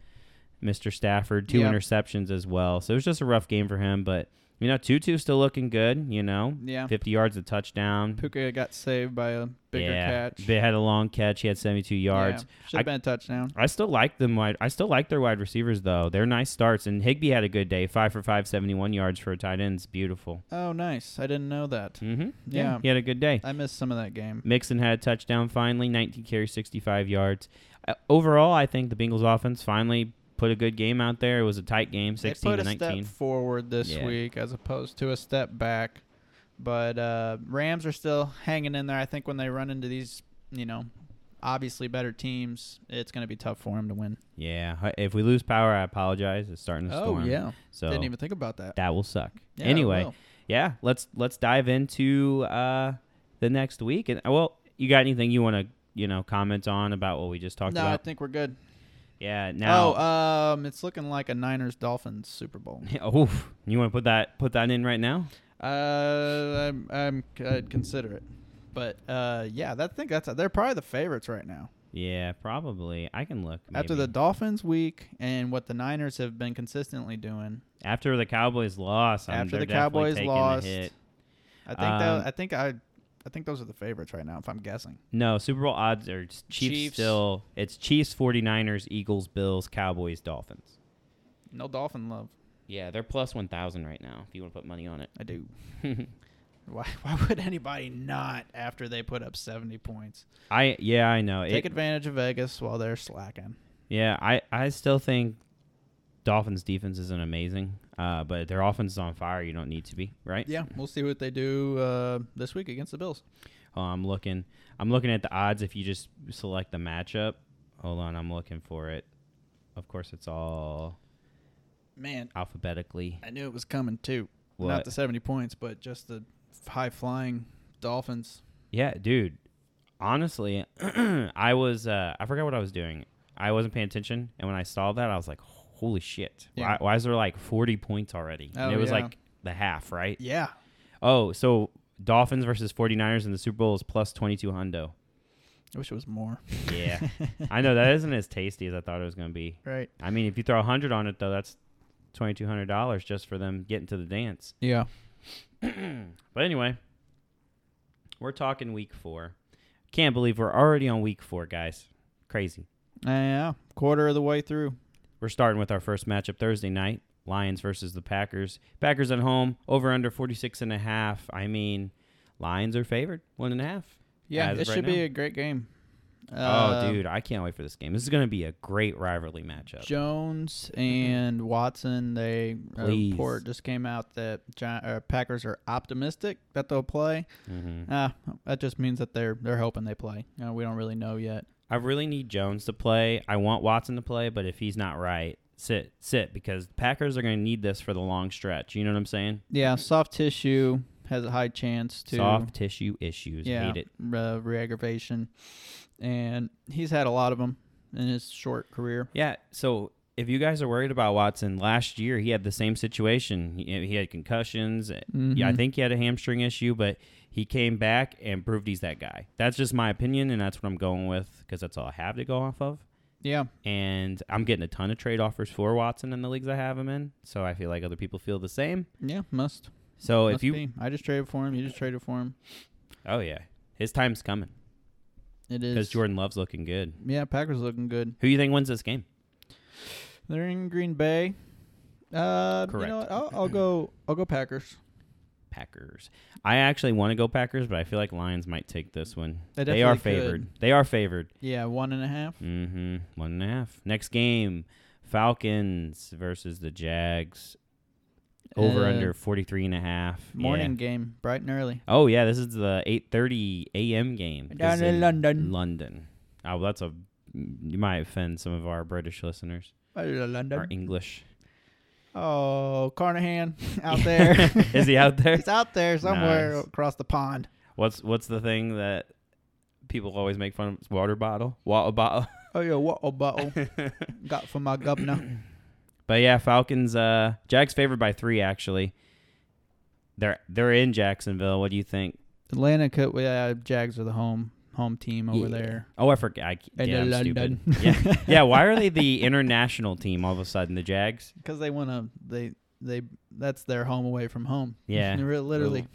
S2: Mr. Stafford, two
S3: Yeah.
S2: interceptions as well. So it was just a rough game for him. But you know, Tutu's still looking good. You know,
S3: Yeah.
S2: fifty yards a touchdown.
S3: Puka got saved by a bigger catch.
S2: They had a long catch. He had 72 yards.
S3: Should
S2: I-
S3: have been a touchdown.
S2: I still like them wide. I still like their wide receivers though. They're nice starts, and Higby had a good day. Five for five, 71 yards for a tight end. It's beautiful.
S3: Oh, nice. I didn't know that.
S2: Mm-hmm.
S3: Yeah. Uh,
S2: he had a good day.
S3: I missed some of that game.
S2: Mixon had a touchdown finally, 19 carries, 65 yards. Uh, overall, I think the Bengals offense finally put a good game out there. It was a tight game, 16
S3: they
S2: to
S3: put a
S2: 19.
S3: step forward this
S2: Yeah.
S3: week as opposed to a step back. But uh, Rams are still hanging in there. I think when they run into these, you know, obviously better teams, it's going to be tough for them to win.
S2: Yeah, hi- if we lose power, I apologize. It's starting to storm. so
S3: Oh, didn't even think about that.
S2: that will suck.
S3: Yeah, it
S2: anyway,
S3: will.
S2: yeah, let's let's dive into uh, the next week. And well, you got anything you want to you know comment on about what we just talked
S3: no, I
S2: about?
S3: think we're good.
S2: yeah. Now,
S3: oh, um, it's looking like a Niners Dolphins Super Bowl.
S2: Oof. you want to put that put that in right now?
S3: Uh, I'm, I'm I'd consider it, but uh, yeah, that I think that's they're probably the favorites right now.
S2: Yeah, probably. I can look
S3: After the
S2: maybe.
S3: Dolphins week and what the Niners have been consistently doing,
S2: after the Cowboys loss. I'm-
S3: after
S2: Um, they're
S3: the
S2: definitely
S3: Cowboys
S2: taking a
S3: lost.
S2: hit.
S3: I think that
S2: Um,
S3: I think I I think those are the favorites right now, if I'm guessing.
S2: No, Super Bowl odds are Chiefs,
S4: Chiefs.
S2: Chiefs still. It's Chiefs, 49ers, Eagles, Bills, Cowboys, Dolphins.
S3: No dolphin love.
S4: Yeah, they're plus 1,000 right now if you want to put money on it.
S3: I do. Why, why would anybody not after they put up 70 points?
S2: I yeah, I know.
S3: Take
S2: It-
S3: advantage of Vegas while they're slacking.
S2: Yeah, I, I still think Dolphins defense isn't amazing, uh, but their offense is on fire. You don't need to be right.
S3: Yeah, we'll see what they do uh, this week against the Bills.
S2: Oh, I'm looking. I'm looking at the odds if you just select the matchup. Hold on, I'm looking for it. Of course, it's all
S3: Man,
S2: alphabetically.
S3: I knew it was coming too. Not
S2: What?
S3: the 70 points, but just the high flying Dolphins.
S2: Yeah, dude. Honestly, I was. Uh, I forgot what I was doing. I wasn't paying attention, and when I saw that, I was like, "Holy shit!
S3: Yeah.
S2: Why, why is there like 40 points already?" and
S3: Oh,
S2: it was
S3: yeah.
S2: like the half, right?
S3: Yeah.
S2: Oh, so Dolphins versus 49ers in the Super Bowl is plus 22 hundo.
S3: I wish it was more.
S2: Yeah. I know that isn't as tasty as I thought it was going to be.
S3: Right.
S2: I mean, if you throw 100 on it, though, that's $2,200 just for them getting to the dance.
S3: Yeah.
S2: But anyway, we're talking week four. Can't believe we're already on week four, guys. Crazy.
S3: yeah. Quarter of the way through.
S2: We're starting with our first matchup Thursday night Lions versus the Packers. Packers at home, over under 46 and a half. I mean, Lions are favored, one and a half.
S3: Yeah,
S2: as
S3: it
S2: of right
S3: should
S2: now.
S3: be a great game. Um,
S2: Oh, dude, I can't wait for this game. This is going to be a great rivalry matchup.
S3: Uh, Jones and Watson, they a
S2: Please.
S3: report just came out that Gi- uh, Packers are optimistic that they'll play.
S2: hmm
S3: Ah, that just means that they're they're hoping they play. You know, we don't really know yet.
S2: I really need Jones to play. I want Watson to play, but if he's not right, sit, sit, because the Packers are going to need this for the long stretch. You know what I'm saying?
S3: Yeah, soft tissue has a high chance to
S2: Soft tissue issues.
S3: yeah
S2: Hate it.
S3: Uh, reaggravation, and he's had a lot of them in his short career.
S2: Yeah. So if you guys are worried about Watson, last year he had the same situation. He, he had concussions. Eh, Yeah, I
S3: Mhm.
S2: think he had a hamstring issue, but he came back and proved he's that guy. That's just my opinion, and that's what I'm going with because that's all I have to go off of.
S3: Yeah,
S2: and I'm getting a ton of trade offers for Watson in the leagues I have him in. So I feel like other people feel the same.
S3: yeah, must.
S2: So
S3: must
S2: if you,
S3: be. I just traded for him. You just traded for him.
S2: oh yeah, his time's coming
S3: It is
S2: because Jordan Love's looking good.
S3: Yeah, Packers looking good.
S2: Who you think wins this game?
S3: They're in Green Bay. Uh, You
S2: Correct.
S3: know what? I'll, I'll go. I'll go Packers.
S2: Packers. I actually want to go Packers, but I feel like Lions might take this one.
S3: They
S2: They, are
S3: definitely could.
S2: favored. They are favored.
S3: Yeah, one and a half.
S2: Mm-hmm. One and a half. Next game, Falcons versus the Jags. Over
S3: Uh,
S2: under 43 and a half. Yeah.
S3: Morning game, bright and early.
S2: Oh yeah, this is the 8:30 a.m. game This
S3: Down
S2: is
S3: in London.
S2: London. Oh, well, that's a you might offend some of our British listeners
S3: Hello,
S2: our
S3: London.
S2: English.
S3: Oh, Carnahan out there.
S2: is he out there?
S3: He's out there somewhere
S2: Nice.
S3: across the pond.
S2: What's what's the thing that people always make fun of? It's water bottle, water bottle.
S3: Oh yeah, what a bottle got for my governor.
S2: But yeah, Falcons. Uh, Jags favored by three actually. They're they're in Jacksonville. What do you think?
S3: Atlanta, could, yeah, Jags are the home home team over
S2: Yeah.
S3: there.
S2: Oh, I forgot. I,
S3: And
S2: yeah,
S3: they're
S2: I'm stupid.
S3: London.
S2: yeah, yeah. Why are they the international team all of a sudden? The Jags.
S3: Because they want to. They they that's their home away from home.
S2: Yeah.
S3: Re- literally.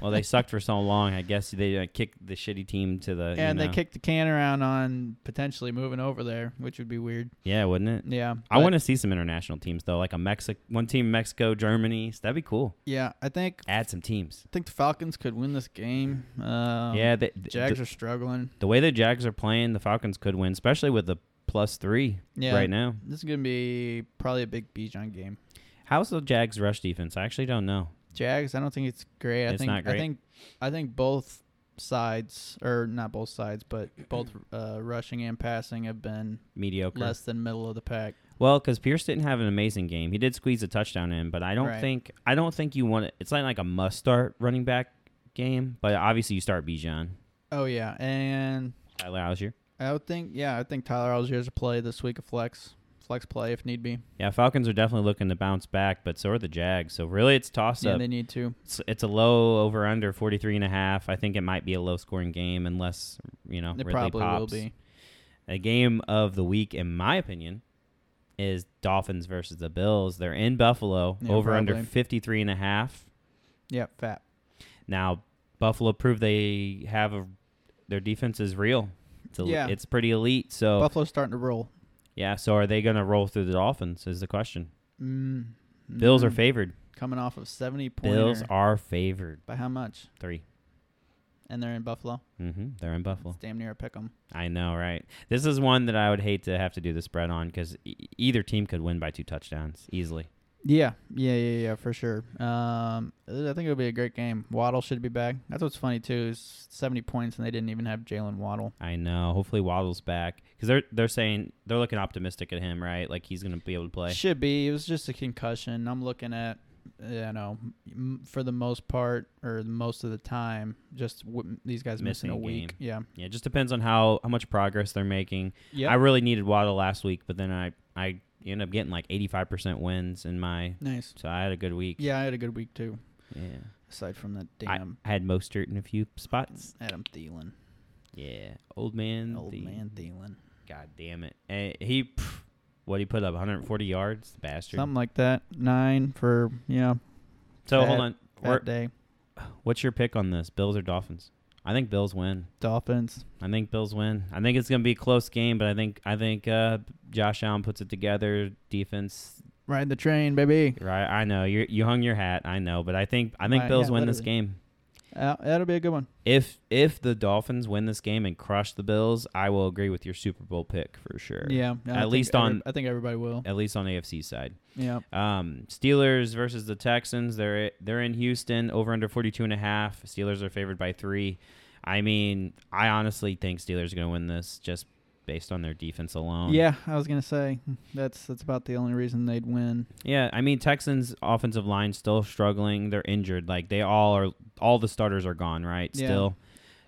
S2: well, they sucked for so long. I guess they uh, kicked the shitty team to the. you
S3: and they
S2: know.
S3: kicked the can around on potentially moving over there, which would be weird.
S2: Yeah, wouldn't it?
S3: Yeah,
S2: I want to see some international teams though, like a Mexico, one team in Mexico, Germany. So that'd be cool.
S3: Yeah, I think
S2: Add some teams.
S3: think the Falcons could win this game. Um,
S2: yeah, they, th-
S3: Jags
S2: the,
S3: are struggling.
S2: the way the Jags are playing, the Falcons could win, especially with the plus three
S3: Yeah,
S2: right now.
S3: This is gonna be probably a big Bijan game.
S2: How's the Jags rush defense? I actually don't know.
S3: Jags, I don't think it's great. I
S2: It's
S3: think
S2: not
S3: I
S2: great.
S3: think I think both sides or not both sides, but both uh, rushing and passing have been
S2: Mediocre.
S3: less than middle of the pack.
S2: Well, because Pierce didn't have an amazing game. He did squeeze a touchdown in, but I don't
S3: Right.
S2: think I don't think you want it. It's not like a must start running back game, but obviously you start Bijan.
S3: Oh yeah, and
S2: Tyler Algier.
S3: I would think yeah, I think Tyler Algier's a play this week of flex flex play if need be.
S2: Yeah, Falcons are definitely looking to bounce back, but so are the Jags. So really, it's toss
S3: Yeah,
S2: up.
S3: they need to.
S2: it's, it's a low over under 43 and a half. I think it might be a low scoring game unless, you know,
S3: It
S2: Oh, Ridley
S3: probably
S2: pops.
S3: will be.
S2: A game of the week in my opinion is Dolphins versus the Bills. They're in Buffalo,
S3: Yeah,
S2: over
S3: probably.
S2: under 53 and a half.
S3: Yeah, fat.
S2: Now, Buffalo proved they have a, their defense is real. It's, el-
S3: Yeah.
S2: it's pretty elite. So
S3: Buffalo's starting to roll.
S2: yeah, so are they going to roll through the Dolphins? Is the question.
S3: Mm,
S2: Bills are
S3: mm.
S2: favored.
S3: coming off of seventy points.
S2: Bills are favored
S3: by how much?
S2: 3
S3: And they're in Buffalo.
S2: Mm-hmm. They're in Buffalo.
S3: It's damn near a pick 'em.
S2: I know, right? This is one that I would hate to have to do the spread on because e- either team could win by two touchdowns easily.
S3: Yeah, yeah, yeah, yeah, for sure. Um, I think it'll be a great game. Waddle should be back. That's what's funny too is seventy points and they didn't even have Jalen Waddle.
S2: I know. Hopefully, Waddle's back because they're they're saying they're looking optimistic at him, right? Like he's gonna be able to play.
S3: Should be. It was just a concussion. I'm looking at, you know, m- for the most part or most of the time, just w- these guys
S2: Missing
S3: missing, a
S2: a
S3: week.
S2: game.
S3: Yeah.
S2: Yeah, it just depends on how how much progress they're making.
S3: Yeah.
S2: I really needed Waddle last week, but then I I ended up getting like eighty five percent wins in my,
S3: nice.
S2: so I had a good week.
S3: Yeah, I had a good week too.
S2: yeah.
S3: Aside from that
S2: I,
S3: damn
S2: I had Mostert in a few spots.
S3: Adam Thielen,
S2: Yeah, old man.
S3: Mm. old
S2: the-
S3: man Thielen,
S2: God damn it! And he, pff, what he put up, 140 yards, the bastard.
S3: something like that. Nine for yeah,
S2: so
S3: fat-
S2: hold on, We're-
S3: that day.
S2: what's your pick on this? Bills or Dolphins? I think Bills win.
S3: Dolphins.
S2: I think Bills win. I think it's gonna be a close game, but I think I think uh, Josh Allen puts it together. Defense,
S3: Ride the train, baby.
S2: right? I know you you hung your hat. I know, but I think I think
S3: Right,
S2: Bills
S3: yeah,
S2: win this
S3: literally.
S2: game.
S3: Uh, that'll be a good one.
S2: If if the Dolphins win this game and crush the Bills, I will agree with your Super Bowl pick for sure.
S3: Yeah. no, I
S2: At
S3: think
S2: least
S3: every-
S2: on-
S3: I think everybody will.
S2: At least on AFC side.
S3: Yeah.
S2: Um, Steelers versus the Texans. They're they're in Houston over under 42 and a half. Steelers are favored by 3. I mean, I honestly think Steelers are going to win this just based on their defense alone.
S3: Yeah, I was gonna say that's that's about the only reason they'd win.
S2: Yeah, I mean Texans offensive line still struggling. They're injured. Like they all are all the starters are gone, right?
S3: Yeah.
S2: Still.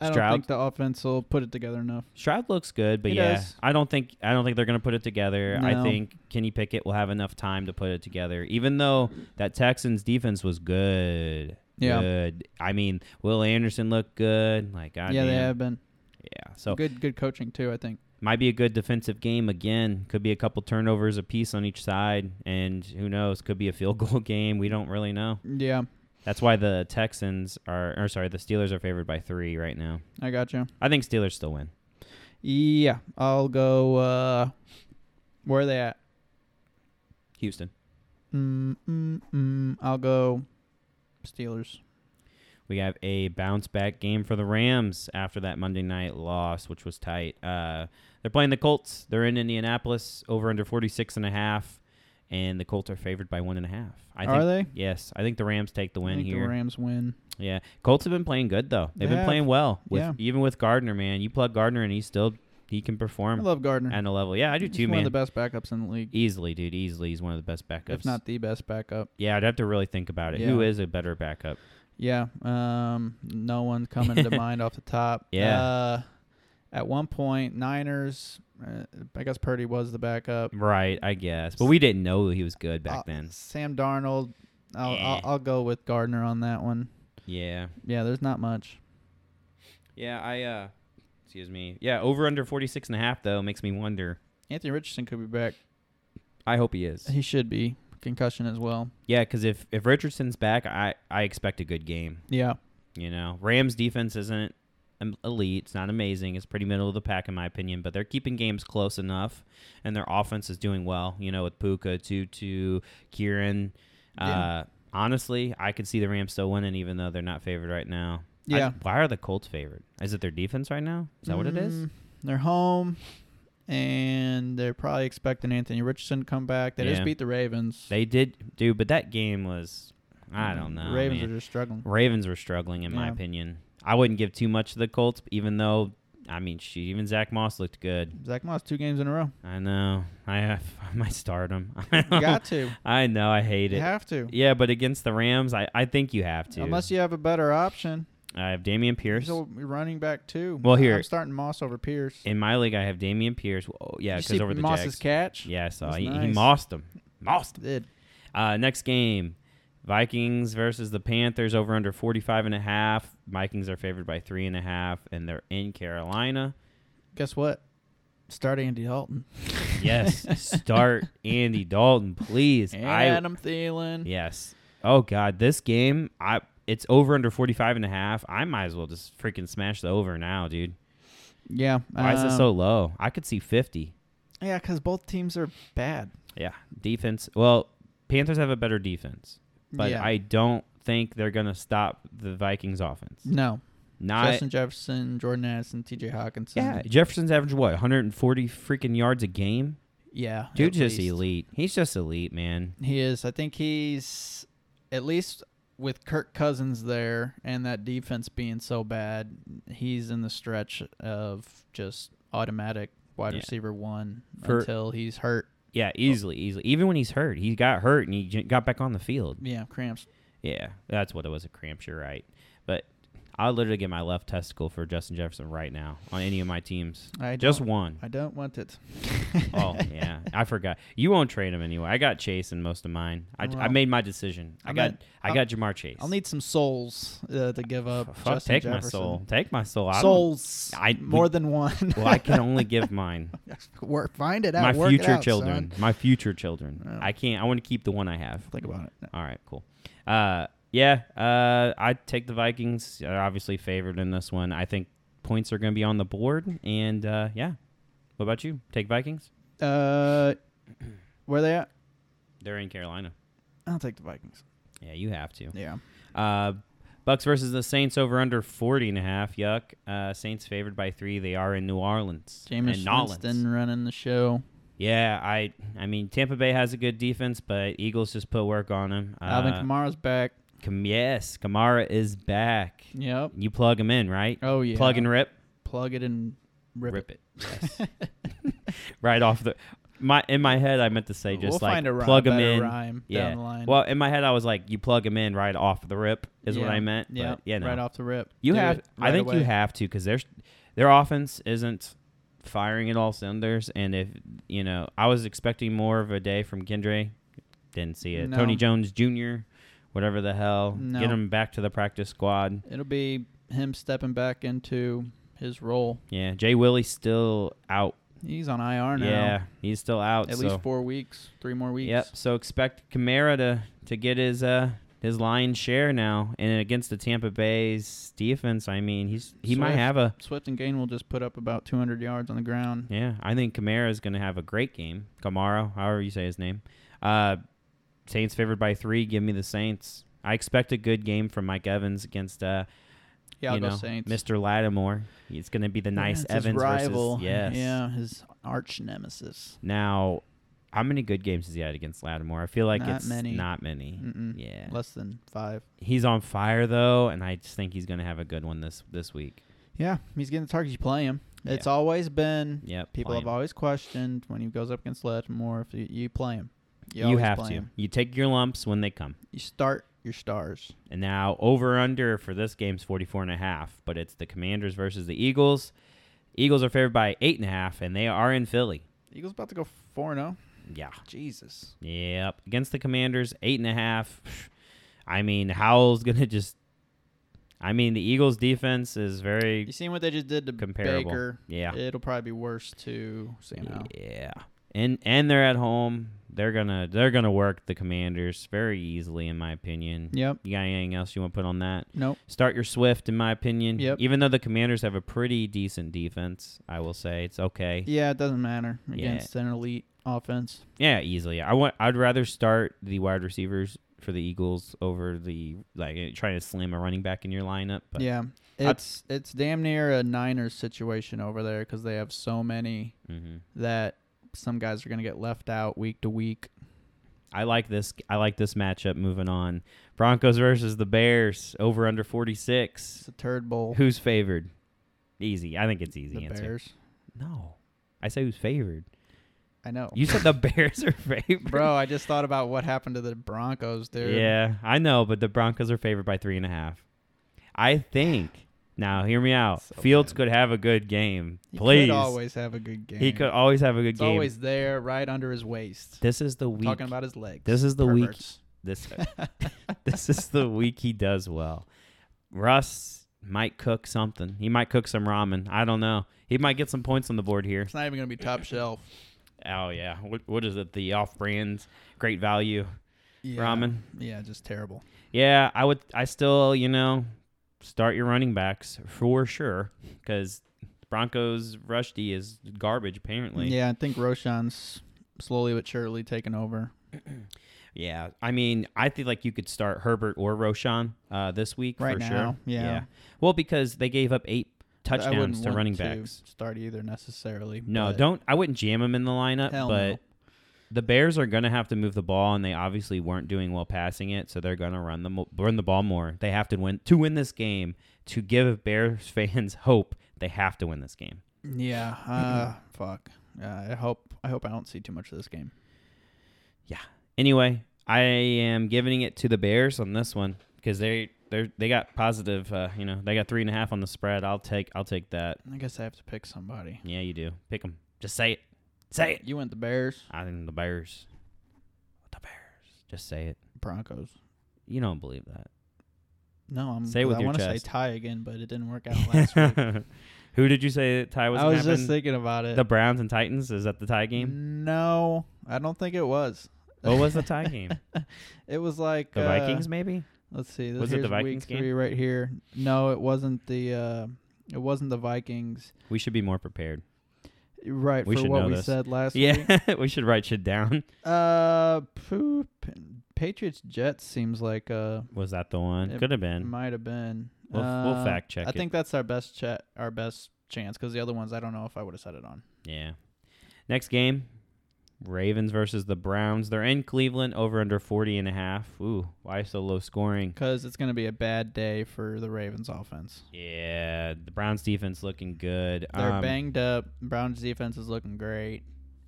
S3: I don't
S2: Stroud
S3: think the offense will put it together enough.
S2: Stroud looks good, but
S3: He
S2: yeah,
S3: does.
S2: I don't think I don't think they're gonna put it together.
S3: No.
S2: I think Kenny Pickett will have enough time to put it together. Even though that Texans defense was good,
S3: Yeah.
S2: good. I mean, Will Anderson looked good. Like, God
S3: yeah,
S2: damn.
S3: they have been
S2: yeah. So
S3: good. Good coaching too. I think.
S2: might be a good defensive game again. Could be a couple turnovers a piece on each side, and who knows? Could be a field goal game. We don't really know.
S3: Yeah,
S2: That's why the Texans are, or sorry, the Steelers are favored by three right now.
S3: I got you.
S2: I think Steelers still win.
S3: Yeah, I'll go. uh Where are they at?
S2: Houston.
S3: Mm, mm, mm, I'll go. Steelers.
S2: We have a bounce back game for the Rams after that Monday night loss, which was tight. Uh, they're playing the Colts. They're in Indianapolis, over under 46 and a half, and the Colts are favored by one and a half. I
S3: are
S2: think,
S3: they?
S2: Yes, I think the Rams take the
S3: I
S2: win
S3: think
S2: here.
S3: the Rams win.
S2: yeah, Colts have been playing good though. They've
S3: They
S2: been
S3: have.
S2: playing well with
S3: Yeah.
S2: even with Gardner, man. You plug Gardner and he still he can
S3: I
S2: perform
S3: love Gardner.
S2: at a level. Yeah, Um, I do
S3: He's
S2: too,
S3: one
S2: man.
S3: of the best backups in the league,
S2: easily, dude. Easily, he's one of the best backups.
S3: if not the best backup.
S2: yeah, I'd have to really think about it. Who
S3: Yeah.
S2: is a better backup?
S3: Yeah. Um. No one coming to mind off the top.
S2: Yeah.
S3: Uh, at one point, Niners. Uh, I guess Purdy was the backup
S2: Right, I guess, but we didn't know he was good back
S3: Uh,
S2: then.
S3: Sam Darnold. I'll,
S2: Eh.
S3: I'll I'll go with Gardner on that one.
S2: Yeah.
S3: Yeah. There's not much.
S2: Yeah, I uh excuse me. Yeah, over under 46 and a half though makes me wonder.
S3: Anthony Richardson could be back.
S2: I hope he is.
S3: He should be concussion as well.
S2: Yeah, cuz if if Richardson's back, I I expect a good game,
S3: Yeah.
S2: you know. Rams defense isn't um, elite, it's not amazing. It's pretty middle of the pack in my opinion, but they're keeping games close enough and their offense is doing well, you know, with Puka, Tutu, Kieran.
S3: Yeah.
S2: Uh honestly, I could see the Rams still winning even though they're not favored right now. I-
S3: Yeah.
S2: why are the Colts favored? Is it their defense right now? Is that what it is?
S3: Mm, They're home, and they're probably expecting Anthony Richardson to come back. They just
S2: Yeah.
S3: beat the Ravens.
S2: They did, dude. But that game was, I don't know.
S3: The Mm-hmm. Ravens
S2: man.
S3: are just struggling.
S2: Ravens were struggling, in my
S3: Yeah.
S2: opinion. I wouldn't give too much to the Colts, even though, I mean, shoot, even Zach Moss looked good.
S3: Zach Moss two games in a row.
S2: I know. I have, I might start him.
S3: You got to.
S2: I know. I hate
S3: You
S2: it.
S3: have to.
S2: yeah, but against the Rams, I, I think you have to.
S3: Unless you have a better option.
S2: I have Damian Pierce.
S3: He's a running back too.
S2: Well, here-
S3: I'm starting Moss over Pierce.
S2: in my league, I have Damian Pierce. Oh, yeah,
S3: You
S2: because
S3: see
S2: over the
S3: Moss's
S2: Jags.
S3: catch.
S2: yeah, I saw.
S3: That's
S2: He, he
S3: nice.
S2: mossed him. Mossed him.
S3: Did.
S2: Uh, next game, Vikings versus the Panthers over under 45 and a half. Vikings are favored by three and a half, and they're in Carolina.
S3: Guess what? Start Andy Dalton.
S2: Yes, start Andy Dalton, please. I,
S3: Adam Thielen.
S2: yes. Oh God, this game, I it's over under 45 and a half. I might as well just freaking smash the over now, dude.
S3: Yeah.
S2: Why is it
S3: um,
S2: so low? I could see 50.
S3: Yeah, because both teams are bad.
S2: Yeah. Defense. Well, Panthers have a better defense, but
S3: Yeah.
S2: I don't think they're going to stop the Vikings offense.
S3: no.
S2: Not
S3: Justin Jefferson, Jordan Addison, T.J. Hawkinson.
S2: Yeah, Jefferson's average what 140 freaking yards a game.
S3: yeah.
S2: Dude's
S3: at
S2: just
S3: least.
S2: elite. He's just elite, man.
S3: He is. I think he's at least with Kirk Cousins there and that defense being so bad, he's in the stretch of just automatic wide
S2: Yeah.
S3: receiver one
S2: For-
S3: until he's hurt.
S2: Yeah, easily, easily. Even when he's hurt, he got hurt and he j- got back on the field.
S3: Yeah, cramps.
S2: Yeah, that's what it was. A cramp. You're right, but I'll literally get my left testicle for Justin Jefferson right now on any of my teams.
S3: I
S2: just
S3: don't-
S2: one.
S3: I don't want it.
S2: oh yeah, I forgot. You won't trade him anyway. I got Chase in most of mine. I, I
S3: Well,
S2: made my decision. I
S3: I'm
S2: got
S3: not-
S2: I got Jamar Chase.
S3: I'll need some souls uh, to give up.
S2: F- fuck,
S3: Justin
S2: take
S3: Jefferson.
S2: my soul. Take my soul. I don't-
S3: Souls.
S2: I- we-
S3: more than one.
S2: Well, I can only give mine.
S3: Work. Find it out.
S2: my
S3: work it
S2: future
S3: out,
S2: children.
S3: son. Oh.
S2: My future children.
S3: Yeah.
S2: I can't. I want to keep the one I have.
S3: Think about it.
S2: All right, cool. Uh, yeah, uh, I take the Vikings. They're obviously favored in this one. I think points are going to be on the board, and uh, yeah. What about you? Take Vikings.
S3: Uh, where they at?
S2: They're in Carolina.
S3: I'll take the Vikings.
S2: Yeah, you have to.
S3: Yeah.
S2: Uh, Bucks versus the Saints over under 40 and a half. Yuck. Uh, Saints favored by three. They are in New Orleans.
S3: Jameis
S2: In Nolens.
S3: Winston running the show.
S2: Yeah, I I mean Tampa Bay has a good defense, but Eagles just put work on them.
S3: Alvin
S2: Uh,
S3: Kamara's back.
S2: Kam- yes, Kamara is back.
S3: Yep.
S2: You plug him in, right?
S3: Oh yeah.
S2: Plug and rip.
S3: Plug it and rip, it.
S2: Yes. right off the my in my head, I meant to say just
S3: we'll
S2: like
S3: find a rhyme,
S2: plug him
S3: better
S2: in.
S3: Rhyme
S2: yeah.
S3: Down the line.
S2: Well, in my head, I was like, you plug him in right off the rip is what
S3: Yeah.
S2: I meant.
S3: Yeah.
S2: but, you know,
S3: Right off the rip.
S2: you
S3: Do
S2: have.
S3: it
S2: I
S3: right
S2: think you
S3: away.
S2: have to because there's their offense isn't firing at all cylinders, and if you know, I was expecting more of a day from Kendra. Didn't see it.
S3: No.
S2: Tony Jones Jr. Whatever the hell,
S3: No.
S2: get him back to the practice squad.
S3: It'll be him stepping back into his role.
S2: Yeah, Jay Willie's still out.
S3: He's on IR now.
S2: Yeah, he's still out.
S3: At
S2: so.
S3: least four weeks, three more weeks.
S2: Yep. So expect Kamara to to get his uh his lion's share now, and against the Tampa Bay's defense, I mean, he's he might
S3: Swift.
S2: have a
S3: Swift and Gain will just put up about 200 yards on the ground.
S2: yeah. I think Kamara is going to have a great game. Kamara, however you say his name. Uh, Saints favored by three. Give me the Saints. I expect a good game from Mike Evans against uh
S3: Yeah, I'll
S2: you
S3: go
S2: know
S3: Saints.
S2: Mr. Lattimore. It's going to be the nice
S3: Yeah, it's
S2: Evans
S3: his rival.
S2: versus yes.
S3: Yeah, his arch nemesis.
S2: Now, how many good games has he had against Lattimore? I feel like
S3: Not
S2: it's
S3: many.
S2: not many.
S3: Mm-mm.
S2: Mm, Yeah.
S3: Less than five.
S2: he's on fire though, and I just think he's gonna have a good one this this week.
S3: Yeah, he's getting the targets. You play him. It's
S2: Yeah.
S3: always been.
S2: Yep.
S3: People
S2: play
S3: have
S2: him.
S3: always questioned when he goes up against Lattimore if you, you play him.
S2: you
S3: always
S2: have
S3: play
S2: to.
S3: him.
S2: You take your lumps when they come.
S3: You start your stars.
S2: And now over under for this game's 44 and a half, but it's the Commanders versus the Eagles. Eagles are favored by eight and a half, and they are in Philly.
S3: Eagles about to go four zero.
S2: Yeah.
S3: Jesus.
S2: Yep. Against the Commanders, eight and a half. I mean, Howell's gonna just. I mean, the Eagles' defense is
S3: You
S2: very
S3: seen what they just did to
S2: comparable.
S3: Baker?
S2: Yeah.
S3: It'll probably be worse to Sam Howell.
S2: Yeah. And and they're at home. They're gonna they're gonna work the commanders very easily in my opinion.
S3: Yep.
S2: You got anything else you want to put on that?
S3: Nope.
S2: Start your Swift in my opinion.
S3: Yep.
S2: Even though the commanders have a pretty decent defense, I will say it's okay.
S3: Yeah, it doesn't matter
S2: Yeah.
S3: against an elite offense.
S2: Yeah, easily. I want I'd rather start the wide receivers for the Eagles over the like eh, trying to slam a running back in your lineup. But
S3: yeah,
S2: I'd-
S3: it's it's damn near a Niners situation over there because they have so many
S2: hmm
S3: that some guys are gonna get left out week to week.
S2: I like this I like this matchup moving on. Broncos versus the Bears over under forty six.
S3: It's a turd bowl.
S2: Who's favored? Easy. I think it's easy
S3: Oh. the
S2: answer.
S3: Bears. Oh.
S2: No. I say who's favored.
S3: I know,
S2: You said the Bears are favored.
S3: Oh. bro. I just thought about what happened to the Broncos, dude.
S2: Yeah, I know, but the Broncos are favored by three and a half. I think now hear me out.
S3: So
S2: Fields
S3: bad.
S2: could have a good game.
S3: he
S2: Please.
S3: could always have a good game.
S2: He could always have a good
S3: It's
S2: game.
S3: always there, right under his waist.
S2: this is the week
S3: Talking about his legs.
S2: this is the week-
S3: Perverts.
S2: this this is the week he does well. Russ might cook something. He might cook some ramen. I don't know. He might get some points on the board here.
S3: It's not even gonna be top shelf.
S2: Oh yeah, what what is it? The off-brand, great value.
S3: Yeah.
S2: Ramen.
S3: Yeah, just terrible.
S2: Yeah, I would. I still, you know, start your running backs for sure because Broncos rush D is garbage apparently.
S3: Yeah, I think Roshan's slowly but surely taking over.
S2: Yeah, I mean, I think like you could start Herbert or Roshan uh, this week
S3: Right
S2: for
S3: now,
S2: sure.
S3: yeah.
S2: Well, because they gave up eight
S3: I wouldn't
S2: touchdowns to
S3: want
S2: running backs.
S3: start either necessarily.
S2: No,
S3: but
S2: don't. I wouldn't jam him in the lineup,
S3: Hell
S2: but
S3: no.
S2: the Bears are going to have to move the ball, and they obviously weren't doing well passing it, so they're going to run the mo- run the ball more. They have to win to win this game to give Bears fans hope. They have to win this game.
S3: Yeah. Uh, fuck. Uh, I hope. I hope I don't see too much of this game.
S2: Anyway, I am giving it to the Bears on this one because they they they got positive. Uh, you know, they got three and a half on the spread. I'll take I'll take that.
S3: I guess I have to pick somebody.
S2: Yeah, you do. Pick them. Just say it. Say it.
S3: You went the Bears,
S2: I think the Bears. The Bears. Just say it.
S3: Broncos.
S2: You don't believe that.
S3: No, I'm.
S2: Say it with
S3: I
S2: your
S3: want to say
S2: chest.
S3: tie again, but it didn't work out last week.
S2: Who did you say that tie was?
S3: I
S2: gonna
S3: was just
S2: happen?
S3: thinking about it.
S2: The Browns and Titans is that the tie game?
S3: No, I don't think it was.
S2: What was the tie game?
S3: It was like
S2: The
S3: uh,
S2: Vikings maybe?
S3: Let's see. This
S2: Was it the
S3: here's
S2: Vikings
S3: week
S2: game?
S3: three right here. No, it wasn't the. Uh, it wasn't the Vikings.
S2: We should be more prepared.
S3: Right
S2: We
S3: for
S2: should
S3: what
S2: know
S3: we
S2: this.
S3: said last week.
S2: Yeah, we should write shit down.
S3: Uh, poo, Patriots Jets seems like uh
S2: Was that the one?
S3: It
S2: Could have been.
S3: might have been.
S2: We'll- we'll
S3: Uh,
S2: fact check
S3: I
S2: it.
S3: think that's our best chat, our best chance because the other ones I don't know if I would have said it on.
S2: Yeah. Next game, Ravens versus the Browns. They're in Cleveland over under 40 and a half. Ooh, why so low scoring?
S3: Because it's going to be a bad day for the Ravens offense.
S2: Yeah, the Browns defense looking good.
S3: They're
S2: Um,
S3: banged up. Browns defense is looking great,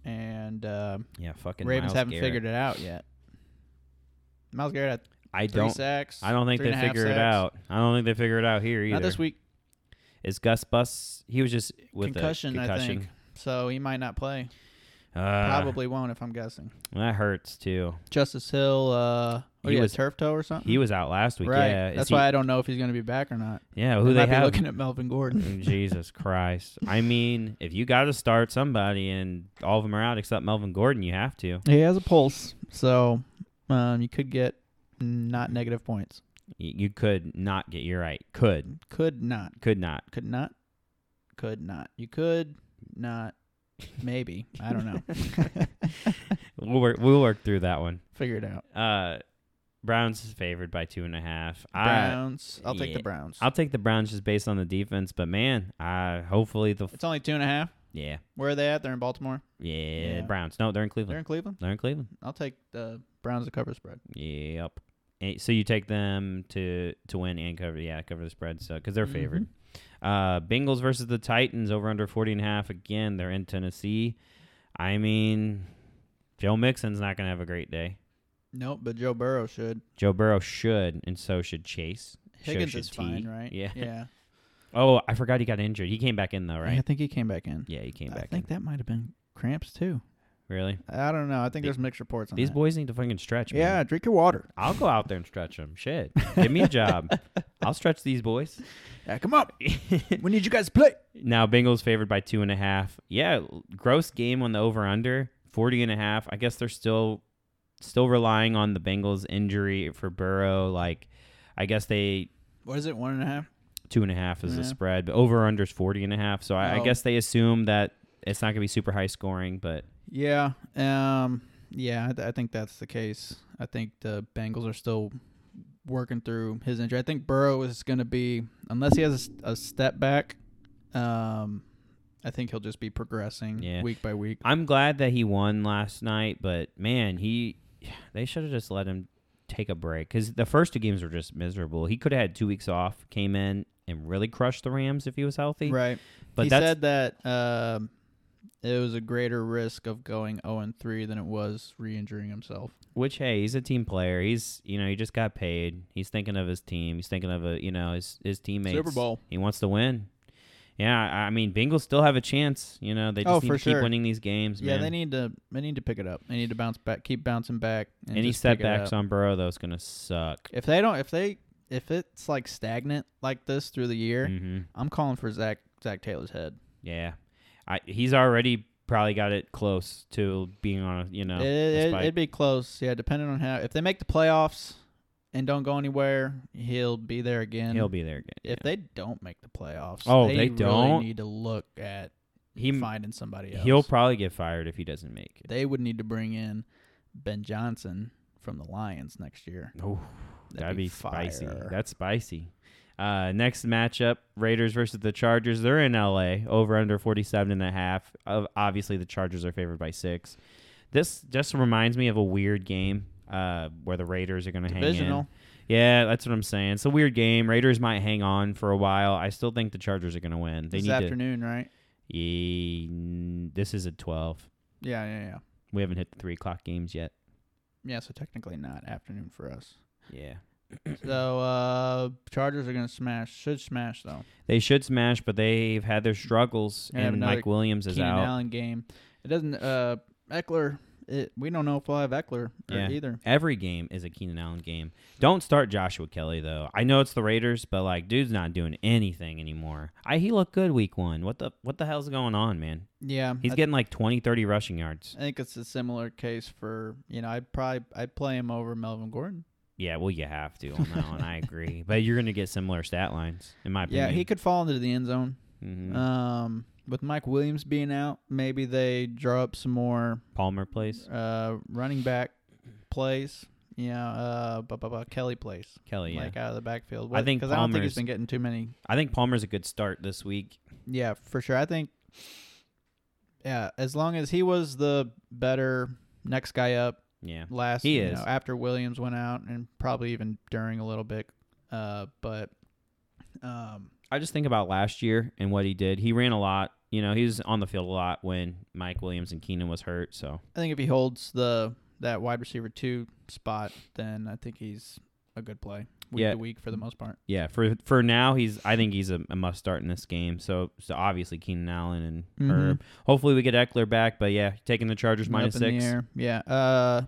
S3: and uh,
S2: Yeah, fucking
S3: Ravens
S2: Myles
S3: haven't
S2: Garrett.
S3: figured it out yet. Miles Garrett had
S2: I
S3: 3
S2: don't
S3: sacks.
S2: I don't think
S3: three
S2: they
S3: and a half
S2: figure it
S3: sacks.
S2: out. I don't think they figure it out here either.
S3: Not this week.
S2: Is Gus Bus? He was just with
S3: concussion,
S2: a
S3: I
S2: concussion.
S3: think. So he might not play.
S2: Uh,
S3: Probably won't if I'm guessing.
S2: that hurts too.
S3: Justice Hill, uh, what,
S2: He
S3: he
S2: was-
S3: was turf toe or something.
S2: He was out last week.
S3: Uh-huh. right.
S2: Yeah, Is
S3: That's
S2: he-
S3: why I don't know if he's going to be back or not.
S2: Yeah, who
S3: They
S2: they
S3: might be
S2: have? Mm.
S3: looking at Melvin Gordon.
S2: Jesus Christ! I mean, if you got to start somebody and all of them are out except Melvin Gordon, you have to.
S3: he has a pulse, so um, you could get not negative points.
S2: You, you could not get. You're right. Could
S3: Could not.
S2: could not.
S3: Could not. Could not. You could not. Maybe I don't know.
S2: We'll work. We'll work through that one.
S3: Figure it out.
S2: Uh, Browns is favored by two and a half. I
S3: Browns. I'll take
S2: yeah.
S3: the Browns.
S2: I'll take the Browns just based on the defense, but man, I hopefully the
S3: it's only two and a half.
S2: yeah.
S3: Where are they at? They're in Baltimore.
S2: Yeah,
S3: Yeah.
S2: Browns. No, they're in Cleveland.
S3: They're in Cleveland.
S2: They're in Cleveland.
S3: I'll take the Browns to cover spread.
S2: Yep. And so you take them to to win and cover. Yeah, cover the spread. So because
S3: Mm-hmm.
S2: they're favored. Uh, Bengals versus the Titans over under 40 and a half. Again, they're in Tennessee. I mean, Joe Mixon's not going to have a great day.
S3: Nope, but Joe Burrow should.
S2: Joe Burrow should, and so should Chase. So
S3: Higgins
S2: should
S3: is fine,
S2: T.
S3: right?
S2: Yeah.
S3: Yeah.
S2: Oh, I forgot he got injured. He came back in though,
S3: I
S2: right?
S3: think he came back in.
S2: Yeah, he came
S3: I
S2: back
S3: think that might have been cramps too.
S2: in. Really?
S3: I don't know. I
S2: The-
S3: think there's mixed reports on
S2: These
S3: that.
S2: boys need to fucking stretch. man.
S3: Yeah, drink your water.
S2: I'll go out there and stretch them. Shit, give me a job. I'll stretch these boys.
S3: Yeah, come up. we need you guys to play.
S2: Now Bengals favored by two and a half. Yeah, l- gross game on the over under 40 and a half. I guess they're still still relying on the Bengals injury for Burrow. Like, I guess they
S3: What is it? One and a half.
S2: two and a half is the
S3: Yeah.
S2: spread, but over under is 40 and a half. So I, I
S3: Oh.
S2: guess they assume that it's not gonna be super high scoring, but
S3: Yeah. Um. Yeah, I, th- I think that's the case. I think the Bengals are still working through his injury. I think Burrow is going to be, unless he has a s- a, step back. Um, I think he'll just be progressing
S2: Yeah.
S3: week by week.
S2: I'm glad that he won last night. But man, he they should have just let him take a break because the first two games were just miserable. He could have had two weeks off, came in and really crushed the Rams if he was healthy.
S3: Right.
S2: But
S3: he
S2: that's
S3: said that um, it was a greater risk of going 0 and 3 than it was re-injuring himself.
S2: which hey, he's a team player. He's you know he just got paid. He's thinking of his team. He's thinking of a you know his his teammates.
S3: Super Bowl.
S2: He wants to win. Yeah, I I mean Bengals still have a chance. You know they just
S3: Oh,
S2: need
S3: for
S2: to keep
S3: sure.
S2: winning these games.
S3: Yeah,
S2: man.
S3: they need to they need to pick it up. They need to bounce back, keep bouncing back. And
S2: any
S3: just pick it
S2: setbacks
S3: up.
S2: on Burrow though is gonna suck.
S3: If they don't, if they, if it's like stagnant like this through the year,
S2: Mm-hmm.
S3: I'm calling for Zach Zach Taylor's head.
S2: Yeah, I, he's already probably got it close to being on a you know
S3: it,
S2: a
S3: it,
S2: spike.
S3: it'd be close. Yeah, depending on how if they make the playoffs and don't go anywhere, he'll be there again.
S2: he'll be there again.
S3: If
S2: yeah.
S3: they don't make the playoffs,
S2: Oh,
S3: they,
S2: they don't?
S3: really need to look at
S2: he
S3: finding somebody else.
S2: he'll probably get fired if he doesn't make it.
S3: they would need to bring in Ben Johnson from the Lions next year.
S2: Oh,
S3: That'd
S2: that'd
S3: be
S2: be spicy.
S3: fire.
S2: That's spicy. Uh, next matchup: Raiders versus the Chargers. They're in L.A. Over under forty seven and a half. Of obviously, the Chargers are favored by six. This just reminds me of a weird game uh, where the Raiders are going to hang in.
S3: Divisional.
S2: Yeah, that's what I'm saying. It's a weird game. Raiders might hang on for a while. I still think the Chargers are going to win. They
S3: this
S2: need
S3: afternoon, right?
S2: to. Ye- n- this is a 12.
S3: Yeah, yeah, yeah.
S2: We haven't hit the three o'clock games yet.
S3: Yeah, so technically not afternoon for us.
S2: Yeah.
S3: So uh Chargers are gonna smash. Should smash though.
S2: They should smash, but they've had their struggles,
S3: They have
S2: and
S3: another
S2: Mike Williams is
S3: Keenan
S2: out.
S3: Allen game. It doesn't. Uh, Eckler. It, we don't know if we'll have Eckler or
S2: Yeah.
S3: either.
S2: Every game is a Keenan Allen game. Don't start Joshua Kelly though. I know it's the Raiders, but like, dude's not doing anything anymore. I he looked good week one. What the what the hell's going on, man?
S3: Yeah,
S2: He's
S3: I,
S2: getting like 20, 30 rushing yards.
S3: I think it's a similar case for you know. I'd probably I'd play him over Melvin Gordon.
S2: Yeah, well, you have to on that one. I agree, but you're gonna get similar stat lines in my
S3: Yeah,
S2: opinion.
S3: he could fall into the end zone.
S2: Mhm.
S3: Um, with Mike Williams being out, maybe they draw up some more
S2: Palmer plays
S3: uh running back plays. You know, uh, bu- bu- bu- Kelly plays
S2: Kelly. Yeah,
S3: like out of the backfield.
S2: I think
S3: because I don't think
S2: Palmer's-
S3: he's been getting too many
S2: I think Palmer's a good start this week.
S3: Yeah, for sure. I think yeah, as long as he was the better next guy up
S2: Yeah,
S3: last
S2: He
S3: you
S2: is.
S3: know, after Williams went out and probably even during a little bit. Uh but um
S2: I just think about last year and what he did. He ran a lot. You know, he was on the field a lot when Mike Williams and Keenan was hurt. So
S3: I think if he holds the that wide receiver two spot, then I think he's a good play. Week
S2: Yeah.
S3: to week for the most part.
S2: yeah, for for now, he's I think he's a, a must start in this game. So so obviously Keenan Allen and Herb. Hopefully we get Eckler back, but yeah, taking the Chargers minus
S3: Up in the
S2: six.
S3: air. Yeah. Uh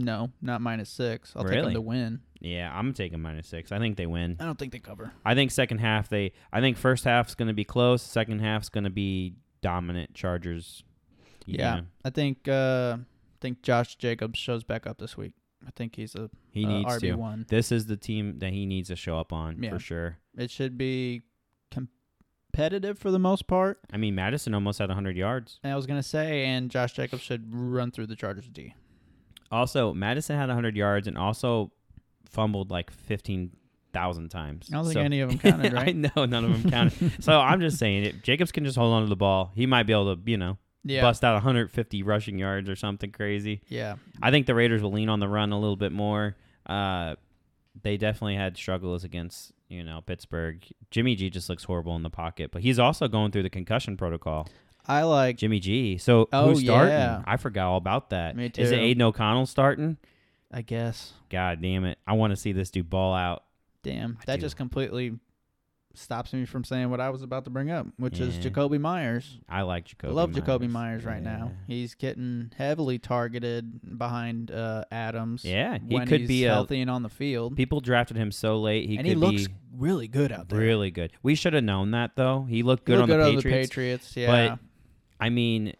S3: no, not minus six. I'll take
S2: Really?
S3: him to win.
S2: Yeah, I'm taking minus six. I think they win.
S3: I don't think they cover.
S2: I think second half they. I think first half's going to be close. Second half's going to be dominant Chargers. you
S3: Yeah.
S2: know.
S3: I think uh I think Josh Jacobs shows back up this week. I think he's a
S2: he needs
S3: RB
S2: to.
S3: one.
S2: This is the team that he needs to show up on
S3: Yeah.
S2: for sure.
S3: It should be competitive for the most part.
S2: I mean, Madison almost had 100 yards.
S3: And I was gonna say, and Josh Jacobs should run through the Chargers D.
S2: Also, Madison had 100 yards and also fumbled like 15,000 times.
S3: I don't think
S2: So-
S3: any of them counted,
S2: I
S3: right?
S2: know none of them counted. so I'm just saying, if Jacobs can just hold on to the ball, he might be able to, you know,
S3: yeah,
S2: bust out 150 rushing yards or something crazy.
S3: yeah.
S2: I think the Raiders will lean on the run a little bit more. Uh, they definitely had struggles against you know Pittsburgh. Jimmy G just looks horrible in the pocket, but he's also going through the concussion protocol.
S3: I like
S2: Jimmy G. So
S3: Oh,
S2: who's starting?
S3: yeah.
S2: I forgot all about that. Is
S3: Me
S2: it
S3: too.
S2: Aiden O'Connell starting?
S3: I guess.
S2: God damn it! I want to see this dude ball out.
S3: Damn.
S2: I
S3: that
S2: do.
S3: just completely stops me from saying what I was about to bring up, which is
S2: Yeah.
S3: Jacoby Myers.
S2: I like
S3: I
S2: Jacoby.
S3: love Jacoby Myers right now.
S2: Yeah.
S3: He's getting heavily targeted behind uh, Adams.
S2: Yeah, he
S3: when
S2: could
S3: he's
S2: be a.
S3: healthy and on the field.
S2: People drafted him so late. He
S3: and
S2: could
S3: he looks
S2: be
S3: really good out there.
S2: really good. We should have known that though. He looked
S3: He
S2: good,
S3: looked
S2: on, the
S3: good on the
S2: Patriots.
S3: Patriots. Yeah,
S2: I mean,